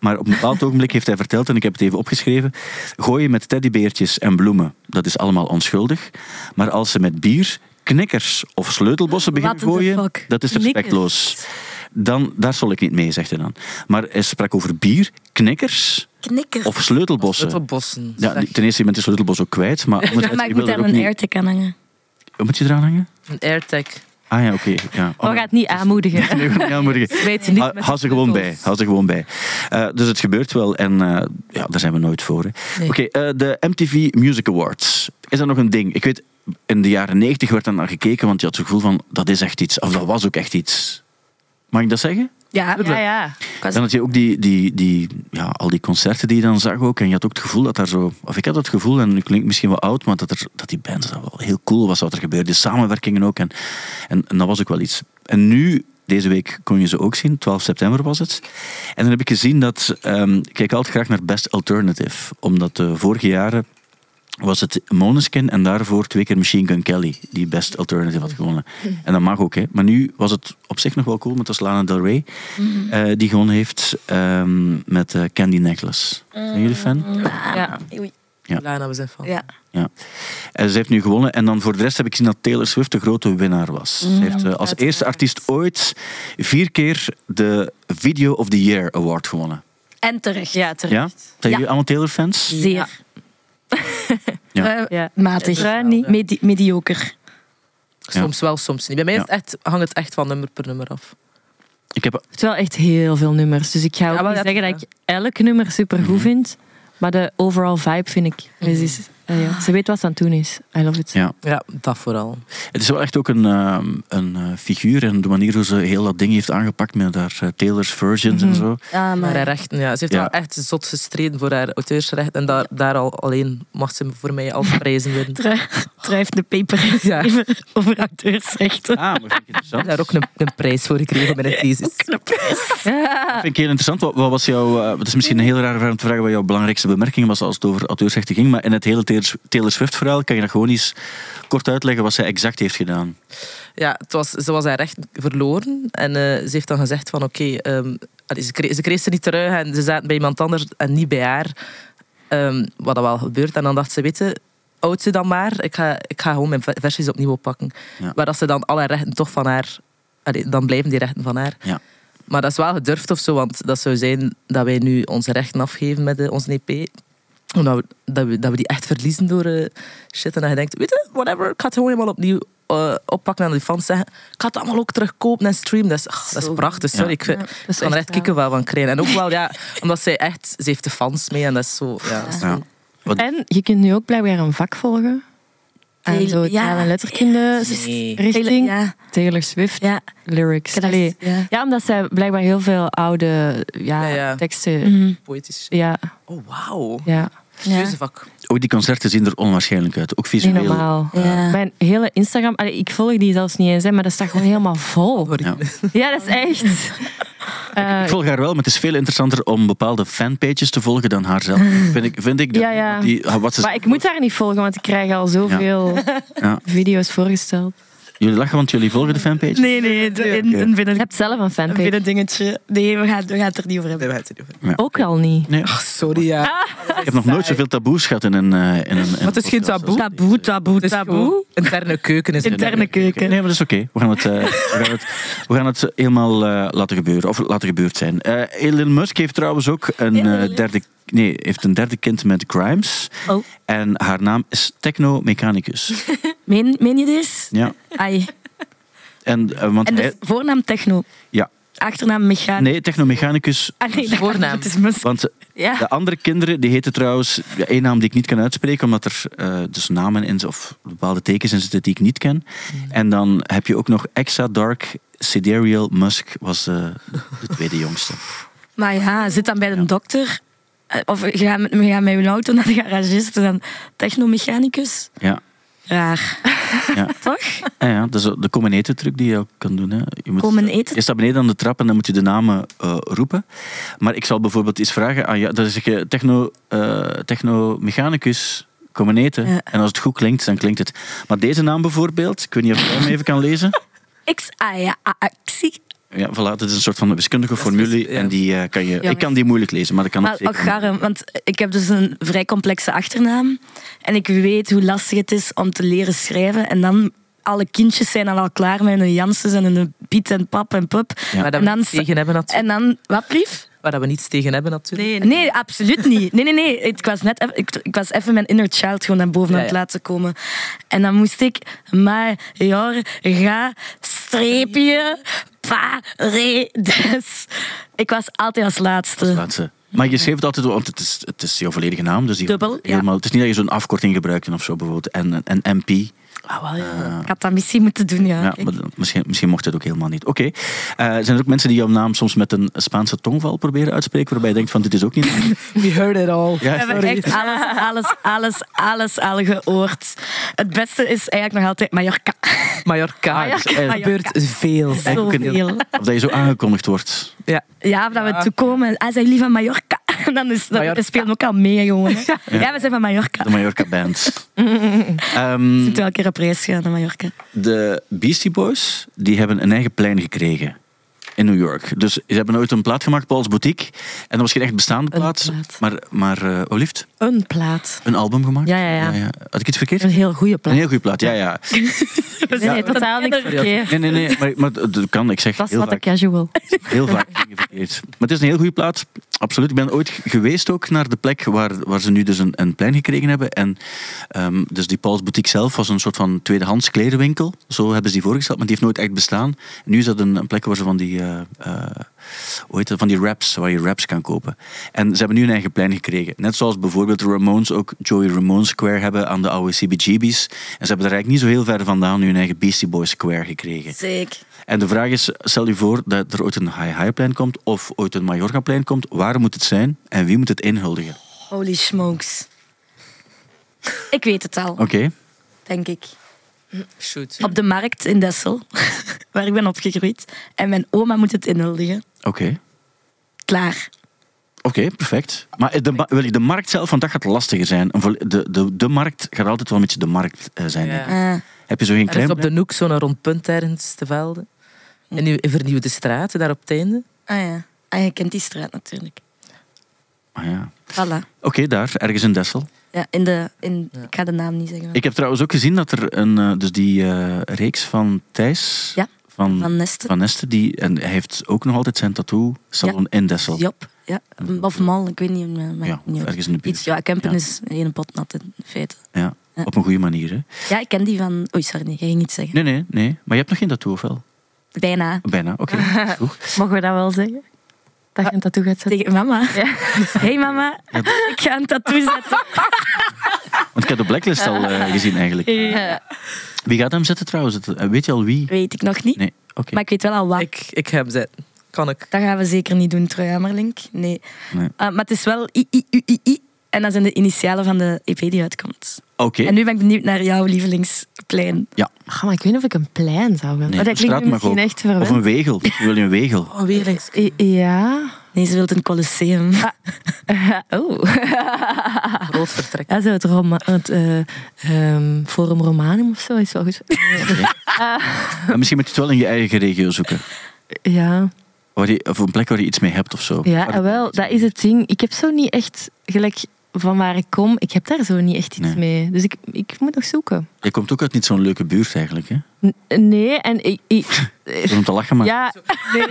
Speaker 2: Maar op een bepaald ogenblik heeft hij verteld, en ik heb het even opgeschreven. Gooien met teddybeertjes en bloemen, dat is allemaal onschuldig. Maar als ze met bier, knikkers of sleutelbossen beginnen
Speaker 4: What the
Speaker 2: gooien,
Speaker 4: fuck?
Speaker 2: dat is respectloos. Dan, daar zal ik niet mee, zegt hij dan. Maar hij sprak over bier, knikkers
Speaker 4: Knikker.
Speaker 2: of sleutelbossen.
Speaker 6: bossen.
Speaker 2: Ja, ten eerste, je bent de sleutelbos ook kwijt. Maar, anderzijds,
Speaker 4: maar
Speaker 2: je
Speaker 4: ik
Speaker 2: wil
Speaker 4: moet
Speaker 2: er
Speaker 4: daar
Speaker 2: ook
Speaker 4: een
Speaker 2: niet-
Speaker 4: airtag aan hangen.
Speaker 2: Wat moet je eraan hangen?
Speaker 6: Een airtag.
Speaker 2: Ah ja, oké. ja.
Speaker 3: Maar
Speaker 2: Oh,
Speaker 3: we gaan het niet aanmoedigen.
Speaker 2: nee, nee, jammer.
Speaker 6: Weet niet
Speaker 2: Ha-
Speaker 6: met
Speaker 2: Hou ze gewoon bij. Hou ze gewoon bij. Eh, dus het gebeurt wel en eh, ja, daar zijn we nooit voor. hè.
Speaker 6: Nee.
Speaker 2: Oké, eh, de MTV Music Awards. Is dat nog een ding? Ik weet, in de jaren negentig werd daar naar gekeken, want je had het gevoel van dat is echt iets. Of dat was ook echt iets. Mag ik dat zeggen?
Speaker 4: Ja,
Speaker 3: Ja, ja.
Speaker 2: Dan had je ook die, die, die, ja, al die concerten die je dan zag ook. En je had ook het gevoel dat daar zo... Of ik had het gevoel, en ik klink misschien wel oud, maar dat, er, dat die band dat wel heel cool was wat er gebeurde. De samenwerkingen ook. En, en, en dat was ook wel iets. En nu, deze week kon je ze ook zien. 12 september was het. En dan heb ik gezien dat... ehm, ik kijk altijd graag naar Best Alternative. Omdat de vorige jaren was het Måneskin en daarvoor twee keer Machine Gun Kelly, die Best Alternative had gewonnen. En dat mag ook, hè. Maar nu was het op zich nog wel cool, want dat is Lana Del Rey, eh, die gewonnen heeft ehm, met eh, Candy Necklace. Zijn jullie fan?
Speaker 4: Mm.
Speaker 3: Ja.
Speaker 4: Oei.
Speaker 2: Ja.
Speaker 6: Lana was even van.
Speaker 4: Ja.
Speaker 2: Ja. En ze heeft nu gewonnen. En dan voor de rest heb ik gezien dat Taylor Swift de grote winnaar was. Ze heeft eh, als eerste artiest ooit vier keer de Video of the Year Award gewonnen.
Speaker 4: En terecht.
Speaker 3: Ja,
Speaker 2: Ja? Zijn
Speaker 3: terecht.
Speaker 2: jullie allemaal Taylor-fans?
Speaker 4: Zeer.
Speaker 2: Ja.
Speaker 4: Eh,
Speaker 3: Ja.
Speaker 4: matig.
Speaker 3: Ruim niet.
Speaker 4: Medi- medioker.
Speaker 6: Soms wel, soms niet. Bij mij is het echt, hangt het echt van nummer per nummer af.
Speaker 2: Ik heb
Speaker 3: Het wel echt heel veel nummers. Dus ik ga ook
Speaker 6: Ja, wel,
Speaker 3: niet
Speaker 6: ja,
Speaker 3: zeggen
Speaker 6: toch,
Speaker 3: dat ik elk nummer supergoed
Speaker 2: Mhm.
Speaker 3: vind. Maar de overall vibe vind ik. Ze, is, eh, ja. ze weet wat ze aan het doen is. I love it.
Speaker 2: Ja.
Speaker 6: Ja, dat vooral.
Speaker 2: Het is wel echt ook een, ehm, een eh, figuur en de manier hoe ze heel dat ding heeft aangepakt met haar eh, Taylor's versions en zo.
Speaker 4: Ja,
Speaker 6: Maar haar
Speaker 4: Ah, maar...
Speaker 6: rechten, ja. Ze heeft
Speaker 2: Ja.
Speaker 6: wel echt zot gestreden voor haar auteursrecht. En daar, daar al alleen mag ze voor mij al prijzen winnen.
Speaker 4: Drijft de paper
Speaker 6: Ja.
Speaker 4: over auteursrechten.
Speaker 2: Ah, maar vind ik interessant.
Speaker 6: Daar ook een, een prijs voor gekregen met een thesis. Ah.
Speaker 2: vind ik heel interessant. Wat, wat was jouw, eh, het is misschien een heel rare vraag om te vragen wat jouw belangrijkste bemerking was als het over auteursrechten ging, maar in het hele Taylor- Taylor Swift verhaal kan je dat gewoon eens kort uitleggen wat zij exact heeft gedaan.
Speaker 6: Ja, het was, ze was haar recht verloren. En eh, ze heeft dan gezegd van oké, ehm, allee, ze, kreeg, ze kreeg ze niet terug en ze zaten bij iemand anders en niet bij haar. Ehm, wat er wel gebeurt. En dan dacht ze, weet je, houd ze dan maar. Ik ga, ik ga gewoon mijn ve- versies opnieuw oppakken.
Speaker 2: Ja.
Speaker 6: Maar dat ze dan alle rechten toch van haar... allee, dan blijven die rechten van haar.
Speaker 2: Ja.
Speaker 6: Maar dat is wel gedurfd of zo, want dat zou zijn dat wij nu onze rechten afgeven met eh, onze EP. Omdat we, dat, we, dat we die echt verliezen door eh, shit. En dat je denkt, weet je, whatever, ik ga het gewoon helemaal opnieuw eh, oppakken en aan die fans zeggen. Ik ga het allemaal ook terugkopen en streamen. Dat is, ah, dat is prachtig, sorry. Ik, vind,
Speaker 3: is
Speaker 6: ik kan er
Speaker 3: echt
Speaker 6: echt kikken wel van krijgen. En ook wel, ja, omdat zij echt, ze heeft de fans mee en dat is zo, ja.
Speaker 2: Ja.
Speaker 3: En je kunt nu ook blijkbaar een vak volgen. Aan
Speaker 4: Taylor-
Speaker 3: zo taal-
Speaker 4: ja.
Speaker 3: en letterkunde
Speaker 6: Nee.
Speaker 3: richting.
Speaker 4: Ja,
Speaker 3: Taylor Swift
Speaker 4: ja.
Speaker 3: lyrics.
Speaker 4: Ik dacht,
Speaker 3: Allee.
Speaker 4: ja.
Speaker 3: Ja, omdat zij blijkbaar heel veel oude ja,
Speaker 6: Ja, ja.
Speaker 3: teksten...
Speaker 6: poëtisch.
Speaker 3: Ja,
Speaker 6: Oh, wauw.
Speaker 3: ja.
Speaker 4: ja.
Speaker 6: Keuzevak.
Speaker 2: Ook die concerten zien er onwaarschijnlijk uit, ook
Speaker 3: Niet
Speaker 2: visueel.
Speaker 3: normaal.
Speaker 4: Ja.
Speaker 3: Mijn hele Instagram... Allee, ik volg die zelfs niet eens, hè, maar dat staat gewoon helemaal vol.
Speaker 2: Ja.
Speaker 3: Ja, dat is echt... Eh,
Speaker 2: Ik volg haar wel, maar het is veel interessanter om bepaalde fanpages te volgen dan haarzelf. Vind ik, vind ik de-
Speaker 3: Ja, ja.
Speaker 2: Die, ah, wat ze,
Speaker 3: maar ik moet haar niet volgen, want ik krijg al zoveel
Speaker 2: Ja.
Speaker 3: video's voorgesteld.
Speaker 2: Jullie lachen, want jullie volgen de fanpages?
Speaker 4: Nee, nee, een,
Speaker 2: een
Speaker 3: Ik heb zelf een fanpage.
Speaker 4: dingetje. Nee, we gaan, we gaan het er niet over hebben.
Speaker 6: Daar hebben we het niet over. Ah,
Speaker 3: Ook al niet.
Speaker 2: Nee.
Speaker 6: Sorry, ja.
Speaker 2: Ik heb nog nooit zoveel taboes gehad in een. eh, in een in
Speaker 6: Wat is geen taboe?
Speaker 4: Taboe, taboe,
Speaker 6: Het is gewoon-
Speaker 4: taboe.
Speaker 6: Interne keuken is
Speaker 4: Interne
Speaker 6: het.
Speaker 4: keuken.
Speaker 2: Nee, maar dat is oké. We gaan het, eh, we gaan het, we gaan het helemaal eh, laten gebeuren. Of laten gebeurd zijn. Eh Elon Musk heeft trouwens ook een, eh, derde, nee, heeft een derde kind met Grimes.
Speaker 4: Oh.
Speaker 2: En haar naam is Technomechanicus.
Speaker 4: Meen, meen je dit?
Speaker 2: ja.
Speaker 4: Ai.
Speaker 2: En, eh, want
Speaker 4: En de
Speaker 2: hij-
Speaker 4: voornaam techno.
Speaker 2: ja.
Speaker 4: Achternaam mechanisch.
Speaker 2: Nee, Technomechanicus.
Speaker 4: Ah, nee, dat kan
Speaker 6: Voornaam.
Speaker 4: niet, Het is mis.
Speaker 2: Want
Speaker 4: Ja.
Speaker 2: de andere kinderen, die heten trouwens... Ja, één naam die ik niet kan uitspreken, omdat er eh, dus namen in, z- of bepaalde tekens in zitten die ik niet ken. En dan heb je ook nog Exa Dark Sidereal Musk, was eh, de tweede jongste.
Speaker 4: Maar ja, zit dan bij de dokter. Eh, Of je gaat met, je gaat met je auto naar de garagist en dan technomechanicus.
Speaker 2: Ja.
Speaker 4: Raar.
Speaker 2: Ja.
Speaker 4: Toch?
Speaker 2: Ja, ja, dat is de komen eten truc die je ook kan doen. Hè. Je, moet,
Speaker 4: Komen eten?
Speaker 2: je staat beneden aan de trap en dan moet je de namen eh, roepen. Maar ik zal bijvoorbeeld eens vragen aan jou, dan zeg je techno, eh, technomechanicus, komen eten.
Speaker 4: Ja.
Speaker 2: En als het goed klinkt, dan klinkt het. Maar deze naam bijvoorbeeld, ik weet niet of jij hem even kan lezen.
Speaker 4: X, A, ja, ah, A, A, Xi.
Speaker 2: Ja, voilà, dit is een soort van wiskundige formule
Speaker 6: ja.
Speaker 2: en die eh, kan je, ik
Speaker 4: maar-
Speaker 2: kan die moeilijk lezen, maar dat kan
Speaker 4: Maar
Speaker 2: ook
Speaker 4: ook
Speaker 2: zeker.
Speaker 4: garm, want ik heb dus een vrij complexe achternaam. En ik weet hoe lastig het is om te leren schrijven. En dan, alle kindjes zijn dan al klaar met hun Janssens en hun Piet en Pap en Pup.
Speaker 6: Maar dat
Speaker 4: en
Speaker 6: we
Speaker 4: dan,
Speaker 6: niets tegen hebben natuurlijk.
Speaker 4: en dan, wat brief?
Speaker 6: Waar dat we niets tegen hebben natuurlijk.
Speaker 4: Nee, absoluut niet. Nee, nee, nee. Ik was net even, ik, ik was even mijn inner child gewoon naar boven
Speaker 6: Ja,
Speaker 4: aan het
Speaker 6: ja.
Speaker 4: laten komen. En dan moest ik maar jaar ga streepje paredes. Ik was altijd als laatste.
Speaker 2: Laat ze- Maar je schreef het altijd, want het is, het is jouw volledige naam. Dus die-
Speaker 4: Dubbel, ja.
Speaker 2: helemaal, Het is niet dat je zo'n afkorting gebruikt of zo bijvoorbeeld. En, en en MP.
Speaker 4: Ah, Ik had dat misschien moeten doen, ja.
Speaker 2: Eh. Ja, maar d- misschien, misschien mocht het ook helemaal niet. Oké. Eh, zijn er ook mensen die jouw naam soms met een Spaanse tongval proberen uit te spreken, waarbij je denkt van dit is ook niet...
Speaker 6: We heard it all.
Speaker 2: Ja,
Speaker 4: We hebben
Speaker 2: sorry.
Speaker 4: echt alles, alles, alles, alles al gehoord. Het beste is eigenlijk nog altijd Mallorca.
Speaker 6: Mallorca. Dus
Speaker 2: Ah, ja.
Speaker 6: Er gebeurt veel.
Speaker 2: Eigenlijk een-
Speaker 4: Zoveel.
Speaker 2: Of dat je zo aangekondigd wordt.
Speaker 6: Ja.
Speaker 4: Ah, Ja, dat we toekomen. Hij zei liever Mallorca. En dan is, dat,
Speaker 6: Mallorca.
Speaker 4: we spelen ook al mee gewoon. Hè. Ja. we zijn van Mallorca.
Speaker 2: De Mallorca Band. Ehm,
Speaker 4: Ik moet wel een keer op reis gaan naar Mallorca.
Speaker 2: de Beastie Boys die hebben een eigen plein gekregen in New York. Dus ze hebben ooit een plaat gemaakt, Paul's Boutique. En dat was geen echt bestaande
Speaker 3: Een
Speaker 2: plaat.
Speaker 3: plaat.
Speaker 2: Maar, maar eh, oh liefst,
Speaker 3: Een plaat.
Speaker 2: een album gemaakt.
Speaker 3: Ja, ja, ja.
Speaker 2: Had ik iets verkeerd?
Speaker 3: Een heel goede
Speaker 2: Een
Speaker 3: plaat.
Speaker 2: heel goede plaat, ja, ja.
Speaker 3: Nee, nee, totaal niks verkeerd.
Speaker 2: Nee, nee, nee, maar, maar dat dat kan, ik zeg
Speaker 3: Dat is
Speaker 2: heel
Speaker 3: wat de
Speaker 2: vaak,
Speaker 3: casual.
Speaker 2: heel vaak dingen verkeerd. Maar het is een heel goede plaat, absoluut. Ik ben ooit g- geweest ook naar de plek waar, waar ze nu dus een, een plein gekregen hebben. En ehm, dus die Paul's Boutique zelf was een soort van tweedehands kledenwinkel. Zo hebben ze die voorgesteld, maar die heeft nooit echt bestaan. Nu is dat een, een plek waar ze van die, eh, eh, hoe heet dat, van die raps, waar je raps kan kopen. En ze hebben nu een eigen plein gekregen. Net zoals bijvoorbeeld de Ramones ook Joey Ramone Square hebben aan de oude CBGB's. En ze hebben daar eigenlijk niet zo heel ver vandaan nu een eigen Beastie Boys Square gekregen.
Speaker 4: Zeker.
Speaker 2: En de vraag is, stel je voor dat er ooit een high-high-plein komt of ooit een Mallorca-plein komt. Waar moet het zijn en wie moet het inhuldigen?
Speaker 4: Holy smokes. Ik weet het al,
Speaker 2: Oké,
Speaker 4: denk ik.
Speaker 6: Shoot.
Speaker 4: Op de markt in Dessel, waar ik ben opgegroeid. En mijn oma moet het inhuldigen.
Speaker 2: oké.
Speaker 4: Klaar.
Speaker 2: Oké, perfect. Maar de, ma- wil ik de markt zelf, want dat gaat lastiger zijn. Een volle- De, de, de markt gaat altijd wel een beetje de markt eh, zijn.
Speaker 6: Ja.
Speaker 2: denk ik.
Speaker 4: Eh,
Speaker 2: Heb je zo geen
Speaker 6: Er is
Speaker 2: klein...
Speaker 6: op de Noek zo'n rond punt ergens te velden. In die vernieuwde straten, daar op het einde.
Speaker 4: ah ja. Ah, je kent die straat natuurlijk.
Speaker 2: Ah, ja.
Speaker 4: Voilà.
Speaker 2: Oké, daar, ergens in Dessel.
Speaker 4: Ja, in de, in, Ik ga de naam niet zeggen.
Speaker 2: Ik heb trouwens ook gezien dat er een, eh, dus die eh, reeks van Thijs
Speaker 4: Ja,
Speaker 2: van,
Speaker 4: Van Nesten.
Speaker 2: van Neste, die, en hij heeft ook nog altijd zijn tattoo salon in Dessel.
Speaker 4: Job. Ja. Of mal, ik weet niet. Maar, maar
Speaker 2: Ja,
Speaker 4: niet uit.
Speaker 2: ergens in de buurt.
Speaker 4: Iets, ja, Kempen
Speaker 2: Ja.
Speaker 4: is een pot nat in feite.
Speaker 2: Ja,
Speaker 4: Ja.
Speaker 2: op een goede manier. Hè?
Speaker 4: Ja, ik ken die van... Oei, sorry, nee, ik ging niet zeggen.
Speaker 2: Nee, nee, nee. Maar je hebt nog geen tattoo, of wel?
Speaker 4: Bijna.
Speaker 2: Bijna, oké. Goed.
Speaker 3: Mogen we dat wel zeggen? Dat je een tattoo gaat zetten?
Speaker 4: Tegen mama. hey mama, ik ga een tattoo zetten.
Speaker 2: Want ik heb de blacklist al eh, gezien eigenlijk. Wie gaat hem zetten trouwens? Het- eh, Weet je al wie?
Speaker 4: Weet ik nog niet.
Speaker 2: Nee, oké.
Speaker 4: Maar ik weet wel al wat.
Speaker 6: Ik, ik heb ze. Kan ik.
Speaker 4: Dat gaan we zeker niet doen, Troy Hamerlink. Nee.
Speaker 2: Nee.
Speaker 4: Eh, maar het is wel I, I, U, I, I. En dat zijn de initialen van de EP die uitkomt.
Speaker 2: Oké.
Speaker 4: En nu ben ik benieuwd naar jouw lievelingsplein.
Speaker 3: Oh, maar ik weet niet of ik een plein zou willen.
Speaker 2: Nee,
Speaker 3: Maar dat
Speaker 2: straat
Speaker 3: klinkt
Speaker 2: mag
Speaker 3: nu misschien
Speaker 2: ook.
Speaker 3: echt verwend.
Speaker 2: Of een wegel. Misschien wil je een wegel.
Speaker 6: Oh, weer links.
Speaker 3: I- Ja.
Speaker 4: Nee, ze wilt een colosseum.
Speaker 3: Oh.
Speaker 6: Groot vertrek.
Speaker 3: Ja, zo het, Roma- het eh, ehm, Forum Romanum of zo is wel goed.
Speaker 2: Eh, En misschien moet je het wel in je eigen regio zoeken.
Speaker 3: Ja,
Speaker 2: Waar je, of een plek waar je iets mee hebt of zo.
Speaker 3: ja
Speaker 2: Waar-
Speaker 3: eh, wel, dat is het ding. Ik heb zo niet echt, gelijk van waar ik kom, ik heb daar zo niet echt iets
Speaker 2: Nee.
Speaker 3: mee. Dus ik, ik moet nog zoeken.
Speaker 2: Je komt ook uit niet zo'n leuke buurt eigenlijk. Hè?
Speaker 3: N- nee, en ik... ik eh,
Speaker 2: Zo Om te lachen, maar...
Speaker 3: ja, nee.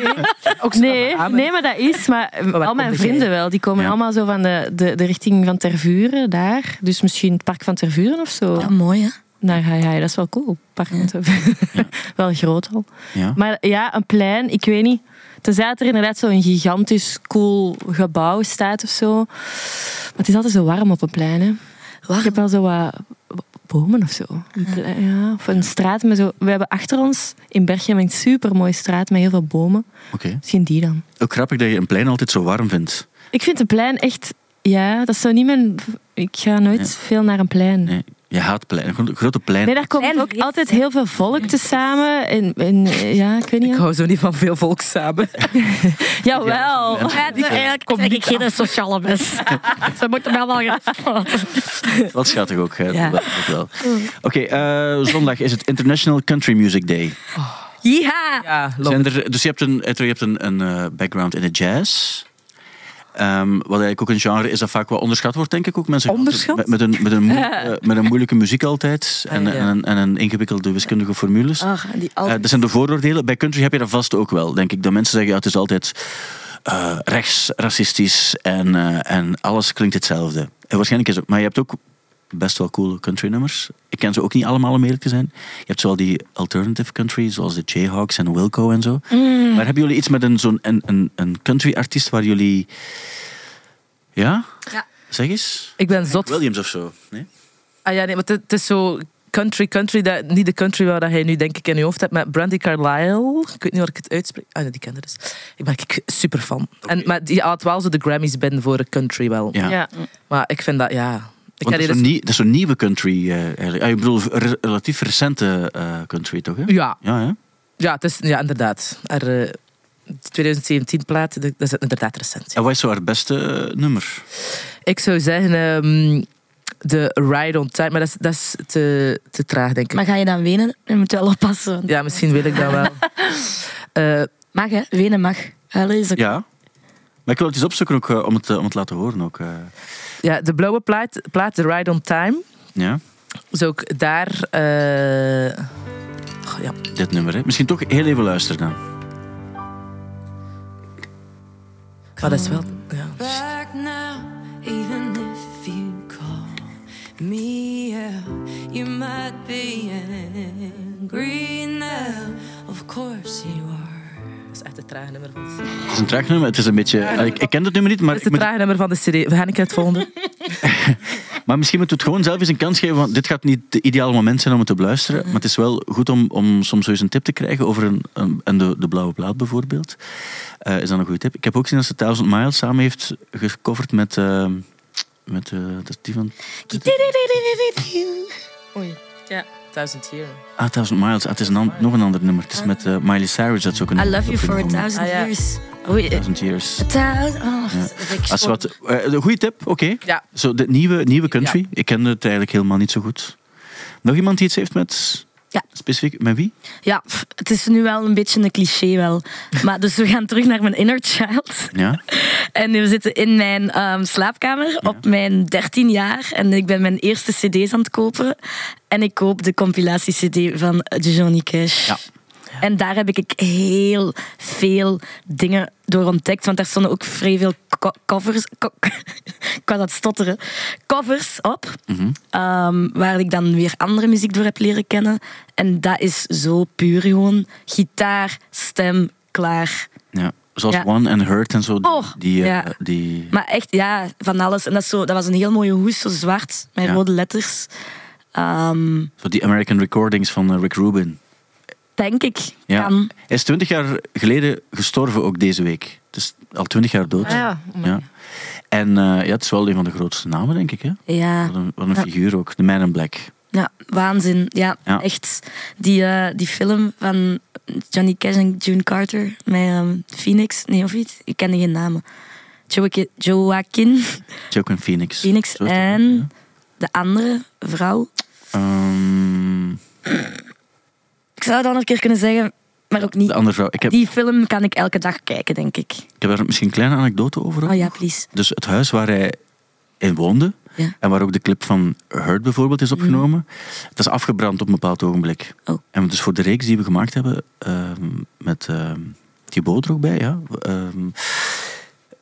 Speaker 3: Nee, nee, maar dat is. Maar
Speaker 6: waar
Speaker 3: al mijn
Speaker 6: komt jij?
Speaker 3: vrienden wel, die komen
Speaker 2: Oh, Ja.
Speaker 3: allemaal zo van de, de, de richting van Tervuren daar. Dus misschien het park van Tervuren of zo.
Speaker 4: Ja, mooi hè?
Speaker 3: Naar Hai Hai, dat is wel cool. Park van Tervuren. wel groot al.
Speaker 2: Ja.
Speaker 3: Maar ja, een plein, ik weet niet. Tenzij dat er inderdaad zo'n gigantisch cool gebouw staat of zo. Maar het is altijd zo warm op een plein. Hè. Ik heb wel zo wat bomen of zo. Een plein, ja. Of een straat met zo. We hebben achter ons in Berchem een supermooie straat met heel veel bomen.
Speaker 2: Oké.
Speaker 3: Misschien die dan.
Speaker 2: Ook grappig dat je een plein altijd zo warm vindt.
Speaker 3: Ik vind een plein echt. Ja, dat is zo niet mijn. Ik ga nooit
Speaker 2: Ja.
Speaker 3: veel naar een plein.
Speaker 2: Nee, je haat plein. Gro- Grote plein.
Speaker 3: Nee, daar komt
Speaker 4: Plein
Speaker 3: ook
Speaker 4: vrees,
Speaker 3: altijd
Speaker 4: hè.
Speaker 3: heel veel volk te samen. En, en, eh, ja, ik weet niet.
Speaker 6: Ik
Speaker 3: ja.
Speaker 6: hou zo niet van veel volk samen.
Speaker 3: Jawel.
Speaker 4: Ja, dus eigenlijk kom ik geen sociale mens. Ze moeten mij wel gaan.
Speaker 2: Wat schattig ook. hè. Dat, dat wel. Oké, eh, zondag is het International Country Music Day.
Speaker 4: Ja!
Speaker 6: Ja, love
Speaker 2: Zijn
Speaker 6: it.
Speaker 2: er, dus je hebt een, eh, je hebt een, een eh, background in de jazz. Ehm, wat eigenlijk ook een genre is dat vaak wel onderschat wordt, denk ik ook. Mensen gaan altijd
Speaker 6: Onderschat?
Speaker 2: Met, met, een, met, een moe- eh, met een moeilijke muziek altijd. En,
Speaker 6: Ah, ja.
Speaker 2: en, een, en een ingewikkelde wiskundige formules.
Speaker 4: Ach, Ah, die
Speaker 2: Eh,
Speaker 4: al
Speaker 2: dat zijn de vooroordelen. Bij country heb je dat vast ook wel, denk ik. Dat mensen zeggen, ja, het is altijd eh, rechts, racistisch en, eh, en alles klinkt hetzelfde. En waarschijnlijk is het, maar je hebt ook best wel coole country nummers. Ik ken ze ook niet allemaal om eerlijk te zijn. Je hebt zowel die alternative country, zoals de Jayhawks en Wilco en zo.
Speaker 4: Mm.
Speaker 2: Maar hebben jullie iets met een, zo'n, een, een, een country artiest waar jullie... Ja?
Speaker 4: Ja.
Speaker 2: Zeg eens.
Speaker 6: Ik ben zot.
Speaker 2: Williams of zo. Nee?
Speaker 6: Ah ja, nee, want het, het is zo country, country. Dat, niet de country waar dat hij nu denk ik in je hoofd hebt. Maar Brandy Carlyle. Ik weet niet waar ik het uitspreek. Ah nee, die kende dus. Ik ben ik super fan. En, maar die haalt wel zo de Grammys binnen voor de country wel.
Speaker 2: Ja.
Speaker 3: Ja.
Speaker 6: Maar ik vind dat, ja... Ik
Speaker 2: Want dat, is
Speaker 6: herinner-
Speaker 2: zo'n nie- dat is zo'n nieuwe country eh, eigenlijk. Ah, ik bedoel, re- relatief recente eh, country toch? Hè?
Speaker 6: dus- Ja,
Speaker 2: Ja, hè?
Speaker 6: ja, het is, ja inderdaad. Er, eh, 2017 plaat, dat is inderdaad recent.
Speaker 2: En wat is zo haar beste eh, nummer?
Speaker 6: Ik zou zeggen ehm, de Ride on Time, maar dat is, dat is te, te traag, denk ik.
Speaker 4: Maar ga je dan wenen? Je moet wel oppassen. want-
Speaker 6: Ja, misschien wil ik dat wel. Eh,
Speaker 4: Mag, hè? Wenen mag. Huilen is ook...
Speaker 2: Ja. Maar ik wil het eens opzoeken ook, eh, om, het, eh, om het te laten horen. Ook, eh.
Speaker 6: ja, de blauwe plaat, plaat, de Ride on Time.
Speaker 2: ja,
Speaker 6: Dus ook daar... eh, oh, ja.
Speaker 2: dit nummer. Hè. Misschien toch heel even luisteren dan.
Speaker 6: Maar dat is wel... Ja.
Speaker 7: back now, even if you call me out. You might be angry now, of course you are.
Speaker 6: Dat is echt het traag nummer van de CD.
Speaker 2: Het is een traag nummer. Het is een beetje... eh, Ik, ik ken het nummer niet, maar,
Speaker 6: Dat is
Speaker 2: ik
Speaker 6: het
Speaker 2: moet-
Speaker 6: traag nummer van de CD. We gaan ik het volgende.
Speaker 2: maar misschien moeten we het gewoon zelf eens een kans geven. Want dit gaat niet het ideale moment zijn om het te beluisteren.
Speaker 4: Mm-hmm.
Speaker 2: Maar het is wel goed om, om soms zo eens een tip te krijgen over een, een- en de, de blauwe plaat bijvoorbeeld. Eh, is dat een goede tip? Ik heb ook gezien dat ze 1000 Miles samen heeft gecoverd met... eh, met eh, dat is die van...
Speaker 4: Oei.
Speaker 6: Thousand Year.
Speaker 2: Ah, 1000 Miles. Ah, het is een an- nog een ander nummer. Het is met eh, Miley Cyrus. Dat is ook een
Speaker 4: I love you
Speaker 2: ook een
Speaker 4: for a
Speaker 2: nummer.
Speaker 4: thousand
Speaker 6: Ah, ja.
Speaker 4: years. Oei. eh,
Speaker 2: 1000 Years.
Speaker 4: A thousand... Oh,
Speaker 2: Ja.
Speaker 4: dat is ik
Speaker 2: Als
Speaker 4: zo-
Speaker 2: wat, eh, een goede tip, oké.
Speaker 6: Ja.
Speaker 2: Zo, de nieuwe, nieuwe country. Ik kende het eigenlijk helemaal niet zo goed. Nog iemand die iets heeft met...
Speaker 4: Ja.
Speaker 2: Specifiek, met wie?
Speaker 4: Ja, pff, het is nu wel een beetje een cliché wel. Maar dus we gaan terug naar mijn inner child.
Speaker 2: Ja.
Speaker 4: En we zitten in mijn ehm, slaapkamer op mijn 13 jaar. En ik ben mijn eerste cd's aan het kopen. En ik koop de compilatie-cd van Johnny Cash.
Speaker 2: Ja.
Speaker 4: En daar heb ik heel veel dingen door ontdekt. Want daar stonden ook vrij veel co- covers... co- ik was aan het stotteren. Covers op.
Speaker 2: Mhm.
Speaker 4: ehm, waar ik dan weer andere muziek door heb leren kennen. En dat is zo puur gewoon. Gitaar, stem, klaar.
Speaker 2: ja. Zoals
Speaker 4: Ja.
Speaker 2: One and Hurt en zo. die-
Speaker 4: Oh,
Speaker 2: die, eh,
Speaker 4: ja.
Speaker 2: die...
Speaker 4: Maar echt, ja, van alles. En dat, is zo, dat was een heel mooie hoes, zo zwart, met
Speaker 2: Ja.
Speaker 4: rode letters. Ehm,
Speaker 2: Zo die American Recordings van eh, Rick Rubin.
Speaker 4: denk ik.
Speaker 2: Ja.
Speaker 4: Kan.
Speaker 2: Hij is 20 jaar geleden gestorven, ook deze week. Dus al 20 jaar dood.
Speaker 3: Ah ja, oh my
Speaker 2: Ja. En eh, ja, het is wel een van de grootste namen, denk ik. Hè?
Speaker 4: Ja,
Speaker 2: Wat een, wat een
Speaker 4: Ja.
Speaker 2: figuur ook. De Man in Black.
Speaker 4: ja, waanzin. Ja,
Speaker 2: Ja.
Speaker 4: echt. Die, eh, die film van Johnny Cash en June Carter met ehm, Phoenix. Nee, of iets? Ik ken geen namen. Joaqui- Joaquin
Speaker 2: Joaquin Phoenix.
Speaker 4: Phoenix
Speaker 2: Zo is het.
Speaker 4: en de andere vrouw.
Speaker 2: Ehm,
Speaker 4: Ik zou het dan een keer kunnen zeggen, maar ook
Speaker 2: de
Speaker 4: niet.
Speaker 2: andere vrouw. Nou, Ik heb,
Speaker 4: Die film kan ik elke dag kijken, denk ik.
Speaker 2: ik heb daar misschien een kleine anekdote over. ook.
Speaker 4: Oh ja, please.
Speaker 2: Dus het huis waar hij in woonde,
Speaker 4: Ja.
Speaker 2: en waar ook de clip van Hurt bijvoorbeeld is opgenomen, dat is afgebrand op een bepaald ogenblik.
Speaker 4: Oh.
Speaker 2: En dus voor de reeks die we gemaakt hebben, ehm, met ehm Thibaut er ook bij, ja, ehm,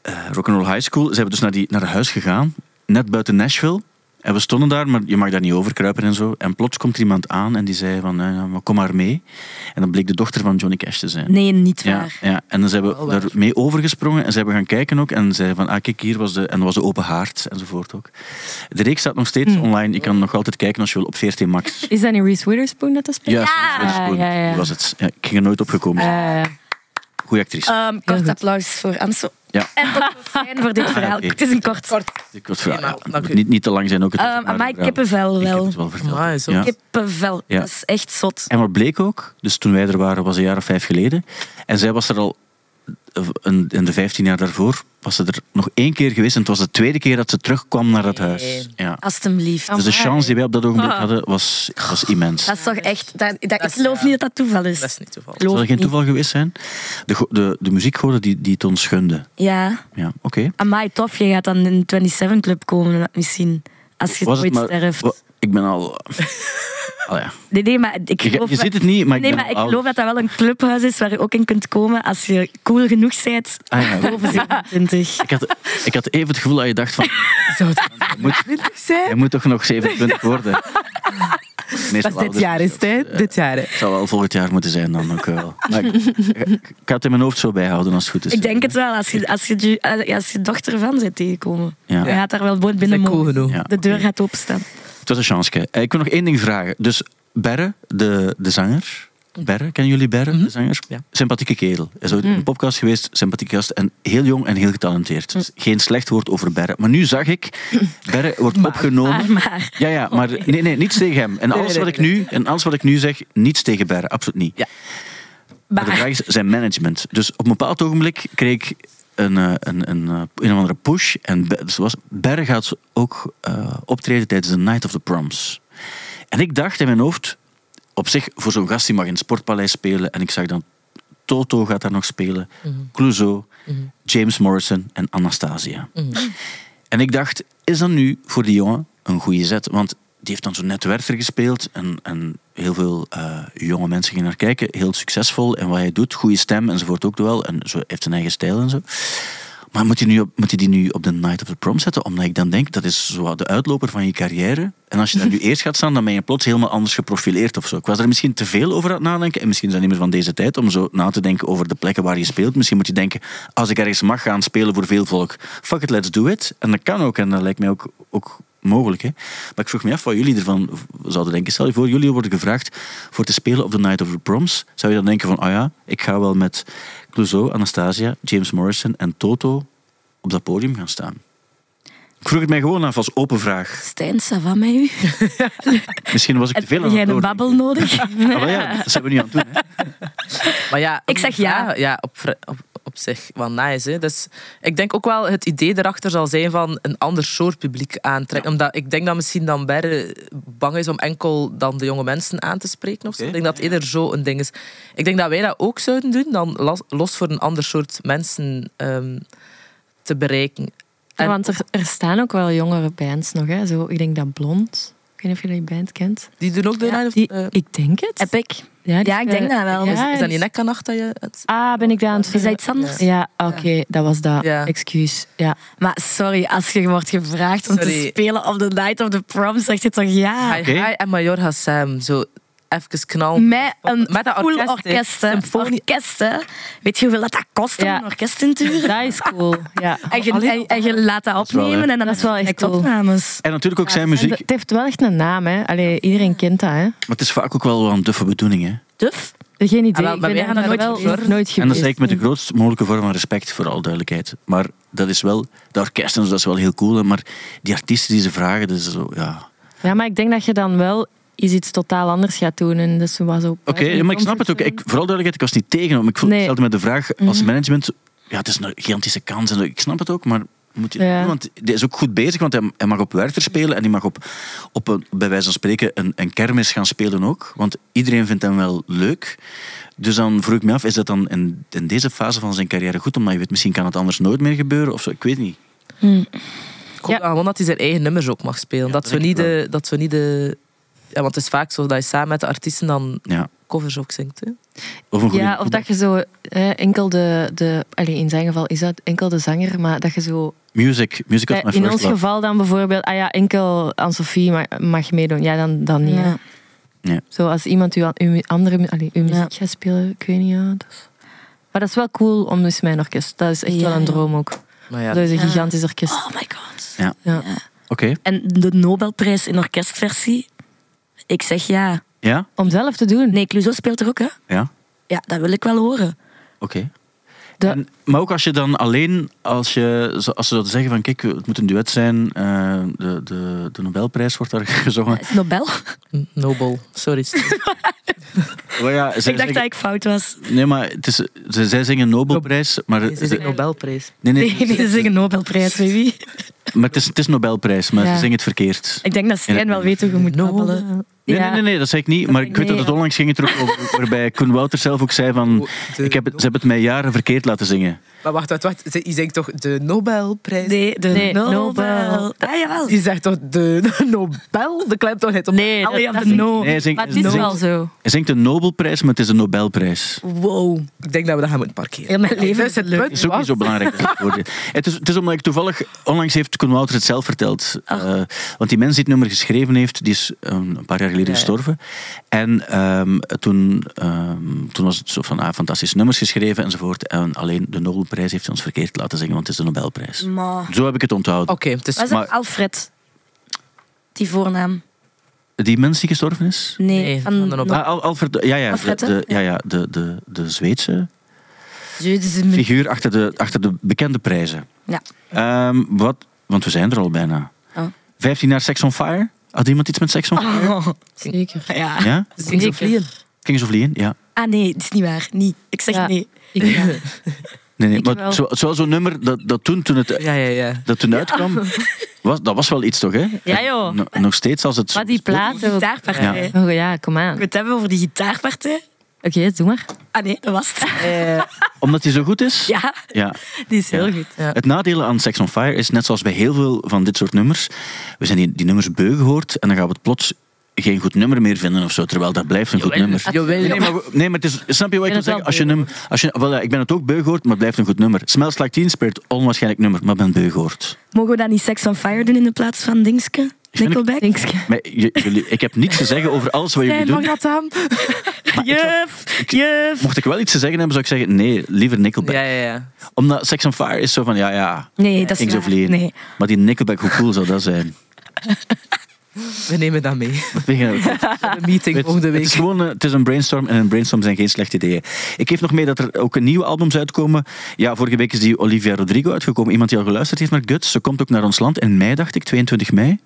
Speaker 2: eh, Rock'n'Roll High School, zijn we dus naar, die, naar het huis gegaan, net buiten Nashville. En we stonden daar, maar je mag daar niet overkruipen en zo. En plots komt er iemand aan en die zei van, eh, ja, maar kom maar mee. En dat bleek de dochter van Johnny Cash te zijn.
Speaker 4: Nee, niet
Speaker 2: Ja,
Speaker 4: waar.
Speaker 2: ja, en dan zijn we
Speaker 6: Wel waar.
Speaker 2: daarmee overgesprongen en zijn we gaan kijken ook. En zeiden van, ah kijk, hier was de, en er was de open haard enzovoort ook. De reeks staat nog steeds online. Je kan nog altijd kijken als je wil op 14 Max.
Speaker 3: Is dat niet Reese Witherspoon dat dat speelt?
Speaker 2: Juist, dat is gewoon-
Speaker 3: Ja, ja, ja.
Speaker 2: die was het. Ja, ik ging er nooit op gekomen. zijn.
Speaker 3: Eh,
Speaker 2: Goeie actrice.
Speaker 4: Ehm kort
Speaker 3: goed.
Speaker 4: applaus voor Anso.
Speaker 2: Ja. Ah,
Speaker 4: En dat was fijn voor dit verhaal.
Speaker 2: oké.
Speaker 4: Het is een kort. kort.
Speaker 2: ik was vragen,
Speaker 6: nou,
Speaker 2: ja,
Speaker 6: dank
Speaker 2: moet
Speaker 6: u.
Speaker 2: niet, niet te lang zijn ook. Het was
Speaker 4: Ehm,
Speaker 2: maar een
Speaker 4: amai,
Speaker 2: verhaal.
Speaker 4: kippenvel
Speaker 2: Ik heb het
Speaker 4: wel.
Speaker 2: wel verteld.
Speaker 6: Amai, zo.
Speaker 2: Ja.
Speaker 4: Kippenvel.
Speaker 2: Ja.
Speaker 4: Dat is echt zot.
Speaker 2: En wat bleek ook, dus toen wij er waren, was een jaar of vijf geleden. En zij was er al, eh, een- in de 15 jaar daarvoor, was ze er nog één keer geweest. En het was de tweede keer dat ze terugkwam naar dat huis.
Speaker 4: Oh,
Speaker 2: Ja.
Speaker 4: Alsjeblieft.
Speaker 2: Dus de
Speaker 3: Amai.
Speaker 2: chance die wij op dat ogenblik hadden was, was immens.
Speaker 4: Dat is toch echt... Dat, dat- ik
Speaker 6: is-
Speaker 4: geloof
Speaker 6: ja.
Speaker 4: niet dat dat toeval is.
Speaker 6: Dat is niet toeval.
Speaker 4: Geloof
Speaker 2: Zou dat geen
Speaker 4: niet.
Speaker 2: toeval geweest zijn? De, go- de, de muziekgoden die, die het ons gunden.
Speaker 4: Ja.
Speaker 2: Ja, oké.
Speaker 4: Amai, tof. Je gaat dan in de 27 Club komen misschien. Als je
Speaker 2: Was het
Speaker 4: ooit
Speaker 2: maar-
Speaker 4: sterft.
Speaker 2: wa- Ik ben al... Oh ja.
Speaker 4: Nee, nee, maar ik
Speaker 2: je,
Speaker 4: geloof...
Speaker 2: je ziet het niet, maar ik
Speaker 4: Nee,
Speaker 2: ben
Speaker 4: maar ik
Speaker 2: al
Speaker 4: geloof dat dat wel een clubhuis is waar je ook in kunt komen als je cool genoeg bent.
Speaker 2: Ah, ja.
Speaker 4: Boven 27.
Speaker 2: Ik had, ik had even het gevoel dat je dacht van...
Speaker 6: Zou het
Speaker 2: Je moet,
Speaker 6: zijn?
Speaker 2: je moet toch nog 27 worden?
Speaker 6: Dat is dit jaar, is het? hè? Dit jaar. hè?
Speaker 2: Het zou wel volgend jaar moeten zijn dan ook wel. Maar ik, ik- ik ga het in mijn hoofd zo bijhouden als het goed is.
Speaker 4: Ik denk het wel, als je, als je, ju- als je dochter van bent tegenkomen.
Speaker 2: Ja.
Speaker 4: Je gaat daar wel binnen
Speaker 6: Dat is
Speaker 4: mogen.
Speaker 6: cool genoeg.
Speaker 2: Ja,
Speaker 4: De deur
Speaker 2: oké.
Speaker 4: gaat openstaan.
Speaker 2: Het was een chanske. Eh, Ik wil nog één ding vragen. Dus Berre, de, de zanger. Berre, kennen jullie Berre, de zanger?
Speaker 6: Ja.
Speaker 2: Sympathieke kerel. Hij is ooit in een podcast geweest, sympathieke gast. En heel jong en heel getalenteerd. Dus geen slecht woord over Berre. Maar nu zag ik, Berre wordt opgenomen.
Speaker 4: Maar, maar.
Speaker 2: Ja, ja, maar nee, nee, niets tegen hem. En alles,
Speaker 6: nee,
Speaker 2: wat ik nu, en alles wat ik nu zeg, niets tegen Berre, absoluut niet.
Speaker 6: Ja.
Speaker 2: Maar de vraag is zijn management. Dus op een bepaald ogenblik kreeg ik een, eh, een, een, eh, een of andere push. En Be- dus was, Berg gaat ook eh, optreden tijdens de Night of the Proms. En ik dacht in mijn hoofd, op zich voor zo'n gast die mag in het Sportpaleis spelen. En ik zag dan, Toto gaat daar nog spelen, Clouseau, James Morrison en Anastasia. En ik dacht, is dat nu voor die jongen een goede zet? Want die heeft dan zo'n net Werther gespeeld. En, en heel veel eh, jonge mensen gingen naar kijken. Heel succesvol. En wat hij doet, goede stem enzovoort ook wel. En zo heeft zijn eigen stijl en zo. Maar moet hij, nu op, moet hij die nu op de Night of the Prom zetten? Omdat ik dan denk, dat is zo wat de uitloper van je carrière. En als je daar nu eerst gaat staan, dan ben je plots helemaal anders geprofileerd of zo. Ik was er misschien te veel over aan het nadenken. En misschien is dat niet meer van deze tijd om zo na te denken over de plekken waar je speelt. Misschien moet je denken, als ik ergens mag gaan spelen voor veel volk, fuck it, let's do it. En dat kan ook. En dat lijkt mij ook, ook mogelijk. Hè? Maar ik vroeg me af wat jullie ervan zouden denken. Stel je voor, jullie worden gevraagd voor te spelen op de Night of the Proms. Zou je dan denken van, ah ja, ik ga wel met Clouseau, Anastasia, James Morrison en Toto op dat podium gaan staan? Ik vroeg het mij gewoon af als open vraag.
Speaker 4: Stijn, ça va met u?
Speaker 2: Misschien was ik te
Speaker 4: Heb
Speaker 2: veel aan
Speaker 4: jij
Speaker 2: het
Speaker 4: een
Speaker 2: doordenken.
Speaker 4: babbel nodig?
Speaker 2: Ah, wel ja, dat zijn we nu aan het doen. Hè.
Speaker 6: Maar ja,
Speaker 4: Ik zeg ja.
Speaker 6: Ja, op, vri- op, op zich wel nice. Hè. Dus ik denk ook wel het idee erachter zal zijn van een ander soort publiek aantrekken. Omdat ik denk dat misschien dan Berre bang is om enkel dan de jonge mensen aan te spreken. Of zo.
Speaker 2: Oké.
Speaker 6: Ik denk dat eerder zo een ding is. Ik denk dat wij dat ook zouden doen, dan las- los voor een ander soort mensen ehm, te bereiken.
Speaker 3: Ja,
Speaker 6: En-
Speaker 3: want er, er staan ook wel jongere bands nog. Hè. Zo, ik denk dat Blond. Ik weet niet of jullie die band kent.
Speaker 6: Die doen ook de Night of-
Speaker 3: Die,
Speaker 6: eh,
Speaker 3: ik denk het.
Speaker 4: Epic.
Speaker 3: ja,
Speaker 4: Ja, ik denk dat wel.
Speaker 3: Ja,
Speaker 4: Is-
Speaker 6: is dat niet
Speaker 3: dus-
Speaker 6: nek aan nacht dat je het...
Speaker 3: Ah, ben ik daar aan het
Speaker 4: Is dat iets anders?
Speaker 3: Ja, oké, dat was dat.
Speaker 6: Ja.
Speaker 3: Excuus. Ja.
Speaker 4: Maar sorry, als je wordt gevraagd om te
Speaker 6: Sorry.
Speaker 4: spelen op de Night of the Prom, zeg je toch ja?
Speaker 6: Hi,
Speaker 2: Oké.
Speaker 6: hi en Majorga Sam, zo even knal.
Speaker 4: Met een
Speaker 6: Met dat
Speaker 4: full
Speaker 6: orkest, hè.
Speaker 4: orkest, hè. Orkest, hè. Weet je hoeveel dat, dat kost om
Speaker 3: Ja.
Speaker 4: een orkest in te huren?
Speaker 3: Dat is cool. Ja.
Speaker 4: En je, en, en je laat dat
Speaker 2: is wel,
Speaker 4: opnemen
Speaker 2: hè.
Speaker 4: en dan
Speaker 3: Dat
Speaker 4: is
Speaker 3: is wel echt cool.
Speaker 4: opnames.
Speaker 2: En natuurlijk ook zijn
Speaker 3: En
Speaker 2: muziek.
Speaker 3: dat- het heeft wel echt een naam, hè? Allee, iedereen kent dat, hè?
Speaker 2: Maar het is vaak ook wel een duffe bedoeling. Hè?
Speaker 4: Duf?
Speaker 3: Geen idee.
Speaker 6: Ah, wel, maar
Speaker 3: ik ben
Speaker 6: wij gaan dat
Speaker 3: daar
Speaker 6: nooit
Speaker 3: wel
Speaker 6: gehoord.
Speaker 3: nog nooit geweest.
Speaker 2: En dat zeg ik met de grootst mogelijke vorm van respect, voor alle duidelijkheid. Maar dat is wel, de orkesten, dus dat is wel heel cool. hè, Maar die artiesten die ze vragen, dat is zo, ja.
Speaker 3: Ja, maar ik denk dat je dan wel eens iets totaal anders gaat doen. En dus ze was ook...
Speaker 2: Oké, maar ik snap het ook. Ik, vooral duidelijkheid, ik was niet tegen. want Ik voel-
Speaker 3: Nee. Mhm.
Speaker 2: stelde me de vraag als management, ja, het is een gigantische kans. En zo. ik snap het ook, maar moet je dat
Speaker 3: Ja.
Speaker 2: doen? Want die is ook goed bezig, want hij, hij mag op Werther spelen en die mag op, op een, bij wijze van spreken, een, een kermis gaan spelen ook. Want iedereen vindt hem wel leuk. Dus dan vroeg ik me af, is dat dan in, in deze fase van zijn carrière goed? Omdat je weet, misschien kan het anders nooit meer gebeuren of zo. Ik weet niet.
Speaker 6: Ik hoop
Speaker 3: Ja.
Speaker 6: dan gewoon dat hij zijn eigen nummers ook mag spelen. dat,
Speaker 2: dat
Speaker 6: zo
Speaker 2: denk
Speaker 6: niet
Speaker 2: ik wel.
Speaker 6: de, dat zo niet de... Ja, want het is vaak zo dat je samen met de artiesten dan
Speaker 2: Ja.
Speaker 6: covers ook zingt. Hè?
Speaker 2: Of een goede
Speaker 3: Ja, of dat je zo hè, enkel de... de allee, in zijn geval is dat enkel de zanger, maar dat je zo...
Speaker 2: music. Music was
Speaker 3: Bij-
Speaker 2: mijn
Speaker 3: in
Speaker 2: first
Speaker 3: ons
Speaker 2: love.
Speaker 3: geval dan bijvoorbeeld... Ah ja, enkel Anne-Sophie mag, mag meedoen. Ja, dan, dan niet. hè.
Speaker 4: Ja.
Speaker 3: Zo als iemand uw, uw mu- andere mu- allee, uw muziek gaat spelen, ik weet niet. Ja, dat is- Maar dat is wel cool om dus mijn orkest. Dat is echt
Speaker 4: Ja,
Speaker 3: wel een
Speaker 4: ja.
Speaker 3: droom ook.
Speaker 6: Maar ja,
Speaker 3: Dat is een gigantisch orkest.
Speaker 4: Oh my god.
Speaker 2: Ja.
Speaker 3: Ja.
Speaker 2: Oké.
Speaker 4: En de Nobelprijs in orkestversie? Ik zeg ja.
Speaker 2: Ja?
Speaker 3: Om zelf te doen.
Speaker 4: Nee, Clouseau speelt er ook, hè?
Speaker 2: Ja? Oké.
Speaker 4: Ja, dat wil ik wel horen.
Speaker 3: Dat-
Speaker 2: En- Maar ook als je dan alleen, als, je, zo- als ze zouden zeggen van kijk, het moet een duet zijn, eh, de, de, de Nobelprijs wordt daar gezongen.
Speaker 4: Dat is Nobel.
Speaker 6: Nobel. Sorry. Steve.
Speaker 2: Maar Oh ja, zij
Speaker 4: ik dacht dat
Speaker 2: zeggen-
Speaker 4: ik fout was.
Speaker 2: Nee, maar het is, ze, zij zingen Nobelprijs, maar...
Speaker 6: Nee, ze
Speaker 2: ze-
Speaker 6: zingt Nobelprijs.
Speaker 2: nee, nee,
Speaker 4: Nee, ze zingen Nobelprijs, weet wie?
Speaker 2: maar het is, het is Nobelprijs, maar
Speaker 3: Ja.
Speaker 2: ze zingen het verkeerd.
Speaker 4: Ik denk dat Stijn wel weet hoe je moet babbelen.
Speaker 2: Nee,
Speaker 3: Ja.
Speaker 2: nee, nee, nee, dat zei ik niet. Maar ik weet
Speaker 3: nee,
Speaker 2: dat het
Speaker 3: ja.
Speaker 2: onlangs ging het er ook over, waarbij Koen Wouter zelf ook zei van...
Speaker 6: de
Speaker 2: Ik heb het, ze hebben het mij jaren verkeerd laten zingen.
Speaker 6: Maar wacht, wacht, wacht. Ze- Je zingt toch de Nobelprijs?
Speaker 4: Nee, de
Speaker 3: Nee,
Speaker 4: Nobel.
Speaker 3: Nobel.
Speaker 4: Ah, jawel.
Speaker 6: Je zegt toch de Nobel? De klemt toch niet op? Ah,
Speaker 3: Nee,
Speaker 4: Allee,
Speaker 3: dat,
Speaker 4: op de
Speaker 3: dat-
Speaker 4: no.
Speaker 2: Nee, hij zingt,
Speaker 3: maar het is
Speaker 2: zingt-
Speaker 3: wel zo.
Speaker 2: hij zingt de Nobelprijs, maar het is een Nobelprijs.
Speaker 4: Wow.
Speaker 6: Ik denk dat we dat gaan moeten parkeren.
Speaker 4: Heel mijn leven
Speaker 6: Dus het
Speaker 4: is leuk.
Speaker 6: punt
Speaker 2: Het is ook
Speaker 6: was-
Speaker 2: niet zo belangrijk. dat het wordt. het, is, het is omdat ik toevallig... Onlangs heeft Koen Wouter het zelf verteld. Eh, want die mens die het nummer geschreven heeft, die is ehm, een paar jaar geleden
Speaker 6: Ja, ja.
Speaker 2: gestorven. En ehm, toen, ehm, toen was het zo van, ah, fantastische nummers geschreven enzovoort. En alleen de Nobelprijs heeft hij ons verkeerd laten zingen, want het is de Nobelprijs.
Speaker 4: Maar.
Speaker 2: Zo heb ik het onthouden.
Speaker 6: Oké, het is...
Speaker 4: Was
Speaker 2: Maar-
Speaker 4: het Alfred? Die voornaam?
Speaker 2: Die mens die gestorven is?
Speaker 4: Nee,
Speaker 6: Nee,
Speaker 4: van
Speaker 6: van de Nobel.
Speaker 2: Ah, Al- Alfred, ja, ja, de,
Speaker 4: Alfred, hè?
Speaker 2: de- ja, ja de, de, de Zweedse
Speaker 4: Nobel.
Speaker 2: figuur achter de, achter de bekende prijzen.
Speaker 4: Ja.
Speaker 2: Ehm, wat, want we zijn er al bijna.
Speaker 4: Oh.
Speaker 2: 15 jaar Sex on Fire? Had iemand iets met Sex on Fire?
Speaker 3: Zeker.
Speaker 4: Ja.
Speaker 2: Ja?
Speaker 6: Ging zo vliegen.
Speaker 2: Kings of Leon, ja.
Speaker 4: Ah nee, het is niet waar. Niet. Ik zeg
Speaker 3: Ja.
Speaker 4: nee.
Speaker 3: Ik, ja.
Speaker 2: Nee, nee,
Speaker 3: Ik
Speaker 2: maar
Speaker 3: wel.
Speaker 2: zo- het was zo'n nummer dat, dat toen, toen het
Speaker 6: Ja, ja, ja.
Speaker 2: dat toen uitkwam, was, dat was wel iets toch, hè?
Speaker 3: Ja, joh.
Speaker 2: Nog- nog steeds als het...
Speaker 3: Maar die plaat ook.
Speaker 4: Gitaarpartij.
Speaker 2: Ja.
Speaker 4: Ik
Speaker 3: Oh ja, kom aan.
Speaker 4: wil
Speaker 3: Oké,
Speaker 4: het hebben over die gitaarpartij.
Speaker 3: doe maar.
Speaker 4: Ah nee, dat was het.
Speaker 2: Omdat die zo goed is?
Speaker 4: Ja,
Speaker 2: Ja.
Speaker 3: Die is heel goed.
Speaker 6: Ja.
Speaker 2: Het nadeel aan Sex on Fire is, net zoals bij heel veel van dit soort nummers, we zijn die, die nummers beu gehoord en dan gaan we het plots geen goed nummer meer vinden of zo, terwijl dat blijft een goed nummer.
Speaker 6: Jawel.
Speaker 2: Nee, nee, maar, we- nee, maar het is, snap je wat ik
Speaker 3: Ik
Speaker 2: wil zeggen?
Speaker 3: ben het
Speaker 2: Als je
Speaker 3: wel
Speaker 2: num, als je, wel, ja, ik ben het ook beu gehoord, maar het blijft een goed nummer. Smells Like Teen Spirit, onwaarschijnlijk nummer, maar ben beu gehoord.
Speaker 4: mogen we dan niet Sex on Fire doen in de plaats van Dingske?
Speaker 2: vind-
Speaker 4: Nickelback?
Speaker 3: Dingske.
Speaker 2: Maar j- jullie, ik heb niets te zeggen over alles wat jullie
Speaker 6: Stijn, mag
Speaker 2: doen.
Speaker 6: dat aan?
Speaker 4: Juf, juf.
Speaker 2: Mocht ik wel iets te zeggen hebben, zou ik zeggen, nee, liever Nickelback.
Speaker 6: Ja, ja, ja.
Speaker 2: Omdat Sex on Fire is zo van, ja, ja,
Speaker 4: Nee, dat is
Speaker 2: Kings
Speaker 4: niet
Speaker 2: of
Speaker 4: waar.
Speaker 2: Leon.
Speaker 4: Nee.
Speaker 2: Maar die Nickelback, hoe cool zou dat zijn?
Speaker 6: We nemen dat mee.
Speaker 2: Wat ben je-
Speaker 6: Een meeting
Speaker 2: Het,
Speaker 6: volgende
Speaker 2: het
Speaker 6: week.
Speaker 2: is gewoon eh, het is een brainstorm en een brainstorm zijn geen slechte ideeën. Ik geef nog mee dat er ook nieuwe albums uitkomen. Ja, vorige week is die Olivia Rodrigo uitgekomen. Iemand die al geluisterd heeft naar Guts. Ze komt ook naar ons land in mei, dacht ik, 22 mei.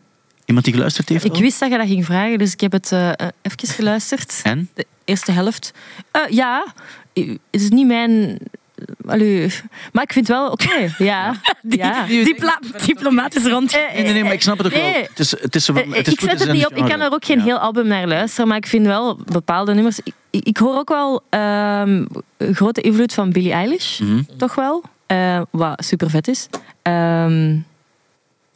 Speaker 2: Iemand die geluisterd heeft
Speaker 3: Ik
Speaker 2: al?
Speaker 3: wist dat je dat ging vragen, dus ik heb het eh, eh, even geluisterd.
Speaker 2: En?
Speaker 3: De eerste helft. Eh, ja, I- het is niet mijn... eh, Allee, maar ik vind wel oké. Ja. ja.
Speaker 4: Dipla diplomatisch rond. Eh,
Speaker 2: Nee, nee, nee, maar ik snap het ook wel.
Speaker 3: Nee.
Speaker 2: Het is, het is, zo van-
Speaker 3: Eh, eh,
Speaker 2: het is
Speaker 3: ik
Speaker 2: goed,
Speaker 3: zet
Speaker 2: is
Speaker 3: het
Speaker 2: in
Speaker 3: niet op. Ik
Speaker 2: genre.
Speaker 3: kan er ook geen
Speaker 2: Ja.
Speaker 3: heel album naar luisteren, maar ik vind wel bepaalde nummers. Ik, ik- ik hoor ook wel ehm, een grote invloed van Billie Eilish,
Speaker 2: Mhm.
Speaker 3: toch wel? Eh, wat super vet is. Ehm,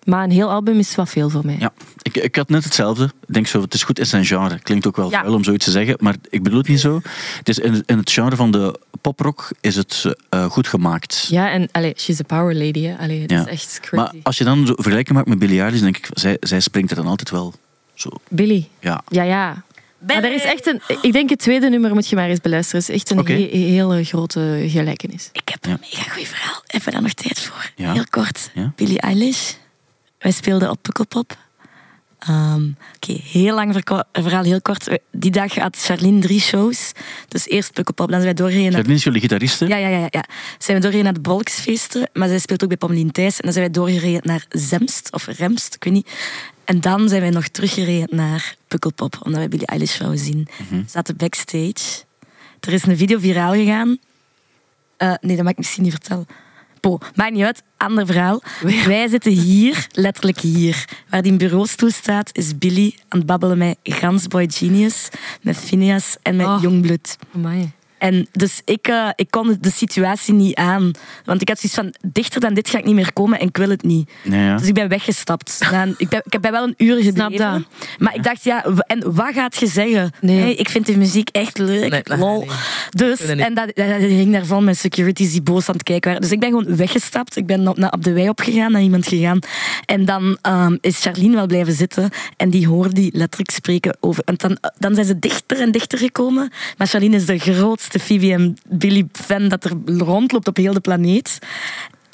Speaker 3: maar een heel album is wat veel voor mij.
Speaker 2: Ja, ik, ik had net hetzelfde. Ik denk zo, het is goed in zijn genre. Klinkt ook wel
Speaker 3: Ja.
Speaker 2: vuil om zoiets te zeggen, maar ik bedoel het niet zo. Het is in, in het genre van de poprock is het eh, goed gemaakt.
Speaker 3: Ja, en allee, she's a power lady. Hè. Allee, dat
Speaker 2: Ja.
Speaker 3: is echt
Speaker 2: Maar
Speaker 3: crazy.
Speaker 2: als je dan zo vergelijking maakt met Billie Eilish, denk ik, zij, zij springt er dan altijd wel zo.
Speaker 3: Billie,
Speaker 2: Ja.
Speaker 3: ja, ja. Maar er is echt een... Ik denk het tweede nummer moet je maar eens beluisteren. Het is echt een
Speaker 2: Oké.
Speaker 3: he- hele grote gelijkenis.
Speaker 4: Ik heb een
Speaker 2: Ja.
Speaker 4: mega goed verhaal. Hebben we daar nog tijd voor?
Speaker 2: Ja.
Speaker 4: Heel kort.
Speaker 2: Ja.
Speaker 4: Billie Eilish. Wij speelden op Pukkelpop. Ehm, Oké, heel lang verko- verhaal, heel kort. Die dag had Charlene drie shows. Dus eerst Pukkelpop, dan zijn wij doorheen naar...
Speaker 2: Jacqueline is jullie gitariste.
Speaker 4: Ja, ja, ja, ja, ja. Zijn we doorheen naar de Bolksfeesten. Maar zij speelt ook bij Pamelien Thijs. En dan zijn wij doorgereden naar Zemst of Remst, ik weet niet. En dan zijn wij nog teruggereden naar Pukkelpop. Omdat wij Billie Eilish wouden zien. We zaten backstage. Er is een video viraal gegaan. Eh, nee, dat mag ik misschien niet vertellen. Po, maakt niet uit, ander verhaal. Wij zitten hier, letterlijk hier. Waar die in bureaustoel staat, is Billy aan het babbelen met Gansboy Genius, met Phineas en met
Speaker 3: Oh.
Speaker 4: Jongbloed.
Speaker 3: Amai.
Speaker 4: En dus ik, eh, ik kon de situatie niet aan. Want ik had zoiets van, dichter dan dit ga ik niet meer komen en ik wil het niet.
Speaker 2: Ja, ja.
Speaker 4: Dus ik ben weggestapt. Dan- ik, ben, ik heb bij wel een uur
Speaker 3: Snap
Speaker 4: gebleven. Maar ik dacht, ja, w- en wat gaat je zeggen?
Speaker 3: Nee.
Speaker 4: Hey, ik vind die muziek echt leuk,
Speaker 6: Nee, dat
Speaker 4: lol.
Speaker 6: gaat niet.
Speaker 4: Dus,
Speaker 6: Kunnen niet.
Speaker 4: en dat, dat ging daarvan met securities die boos aan het kijken waren. Dus ik ben gewoon weggestapt. Ik ben op, naar, op de wei opgegaan, naar iemand gegaan. En dan ehm, is Charlene wel blijven zitten. En die hoorde die letterlijk spreken over... En dan, eh, dan zijn ze dichter en dichter gekomen. Maar Charlene is de grootste Phoebe en Billy-fan dat er rondloopt op heel de planeet.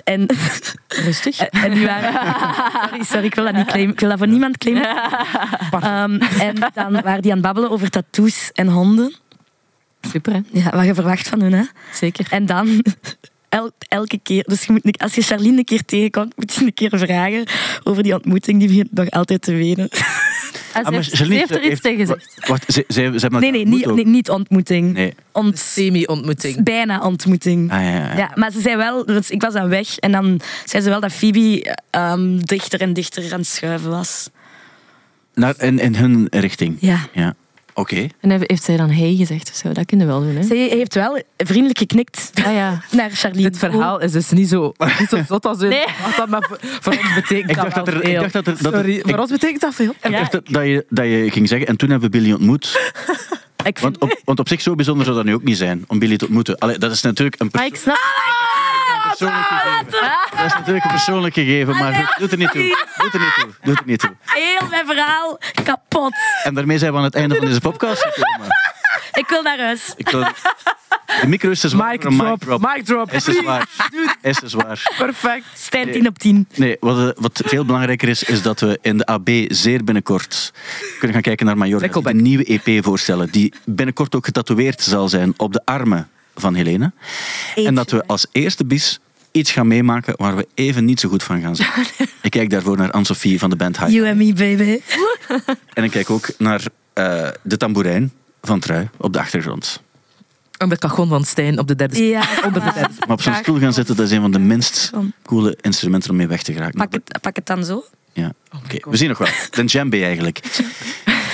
Speaker 4: En
Speaker 3: Rustig.
Speaker 4: en die waren... Sorry, sorry, ik wil dat niet claimen. Ik wil dat voor niemand claimen. Ehm, en dan waren die aan het babbelen over tattoos en honden.
Speaker 3: Super, hè?
Speaker 4: Ja, wat je verwacht van hun, hè.
Speaker 3: Zeker.
Speaker 4: En dan... el- elke keer. Dus je moet, niet- als je Charlene een keer tegenkomt, moet je een keer vragen over die ontmoeting. Die begint nog altijd te wenen.
Speaker 3: Ah,
Speaker 2: Ah, maar
Speaker 3: ze heeft, ze
Speaker 2: Jacqueline
Speaker 3: heeft er iets tegen gezegd.
Speaker 2: wa- Wacht, ze, ze, ze hebben elkaar
Speaker 4: Nee, nee,
Speaker 2: ontmoet
Speaker 4: niet,
Speaker 2: ook.
Speaker 4: nee, niet ontmoeting.
Speaker 2: Nee. dus
Speaker 4: Ont,
Speaker 6: Semi-ontmoeting.
Speaker 4: bijna ontmoeting.
Speaker 2: Ah, ja, ja. ja.
Speaker 4: Ja, maar ze zei wel, want ik was dan weg en dan zei ze wel dat Phoebe ehm, dichter en dichter aan het schuiven was.
Speaker 2: Naar, in, in hun richting.
Speaker 4: Ja.
Speaker 2: Ja. Oké.
Speaker 3: En heeft heeft zij dan hey gezegd of zo? Dat kunnen we wel doen, hè?
Speaker 4: Ze heeft wel vriendelijk geknikt
Speaker 3: Ah ja.
Speaker 4: naar Charlene.
Speaker 6: Dit verhaal is dus niet zo, niet zo zot als u.
Speaker 3: Nee.
Speaker 6: dacht dat, maar voor, voor ons betekent
Speaker 2: Ik
Speaker 6: dat,
Speaker 2: dacht dat
Speaker 6: wel
Speaker 2: er- ik
Speaker 6: veel.
Speaker 2: dacht dat er- dat er-
Speaker 6: Sorry,
Speaker 2: ik-
Speaker 6: voor ons betekent dat veel.
Speaker 2: Ik dacht dat, dat, je, dat je ging zeggen, en toen hebben we Billy ontmoet.
Speaker 4: Ik vind-
Speaker 2: Want op, want op zich zo bijzonder zou dat nu ook niet zijn, om Billy te ontmoeten. Allee, dat is natuurlijk een
Speaker 3: Maar
Speaker 2: perso-
Speaker 3: ik snap...
Speaker 2: persoonlijk gegeven. Dat is natuurlijk een persoonlijk gegeven, maar doet er niet toe. Doet er niet toe. Doet er niet toe.
Speaker 4: heel mijn verhaal kapot.
Speaker 2: En daarmee zijn we aan het einde van deze podcast gekomen.
Speaker 4: Ik wil naar huis.
Speaker 2: Ik wil... De micro is te zwaar
Speaker 6: Mic
Speaker 2: voor een
Speaker 6: drop, mic drop.
Speaker 2: Is te zwaar. Is te zwaar.
Speaker 6: Perfect.
Speaker 4: Stijn 10 op 10.
Speaker 2: Nee, wat, eh, wat veel belangrijker is, is dat we in de AB zeer binnenkort kunnen gaan kijken naar Mallorca. Die
Speaker 6: Nickelback.
Speaker 2: een nieuwe EP voorstellen, die binnenkort ook getatoeëerd zal zijn op de armen van Helene. En dat we als eerste bis iets gaan meemaken waar we even niet zo goed van gaan zijn. Ik kijk daarvoor naar Anne-Sophie van de band High.
Speaker 4: You and me, baby.
Speaker 2: En ik kijk ook naar eh, de tamboerijn van Trui op de achtergrond.
Speaker 6: Om de cajon van Stijn op de derde stoel.
Speaker 4: Ja,
Speaker 6: Onder de
Speaker 4: maar
Speaker 6: derde.
Speaker 2: Maar op zo'n stoel gaan zitten, dat is een van de minst coole instrumenten om mee weg te geraken.
Speaker 4: pak het, pak het dan zo.
Speaker 2: Ja, oké. We zien nog wel. De djembe eigenlijk.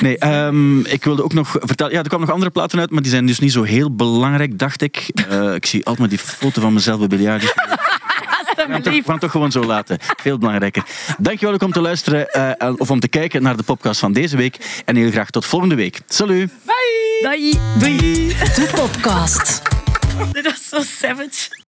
Speaker 2: Nee, ehm, ik wilde ook nog vertellen... Ja, er kwamen nog andere platen uit, maar die zijn dus niet zo heel belangrijk, dacht ik. Eh, ik zie altijd maar die foto van mezelf bij biljarten. We gaan toch- we gaan toch gewoon zo laten. Veel belangrijker. Dankjewel ook om te luisteren eh, of om te kijken naar de podcast van deze week. En heel graag tot volgende week. Salut!
Speaker 4: Doei.
Speaker 1: De podcast.
Speaker 4: Dit was zo savage.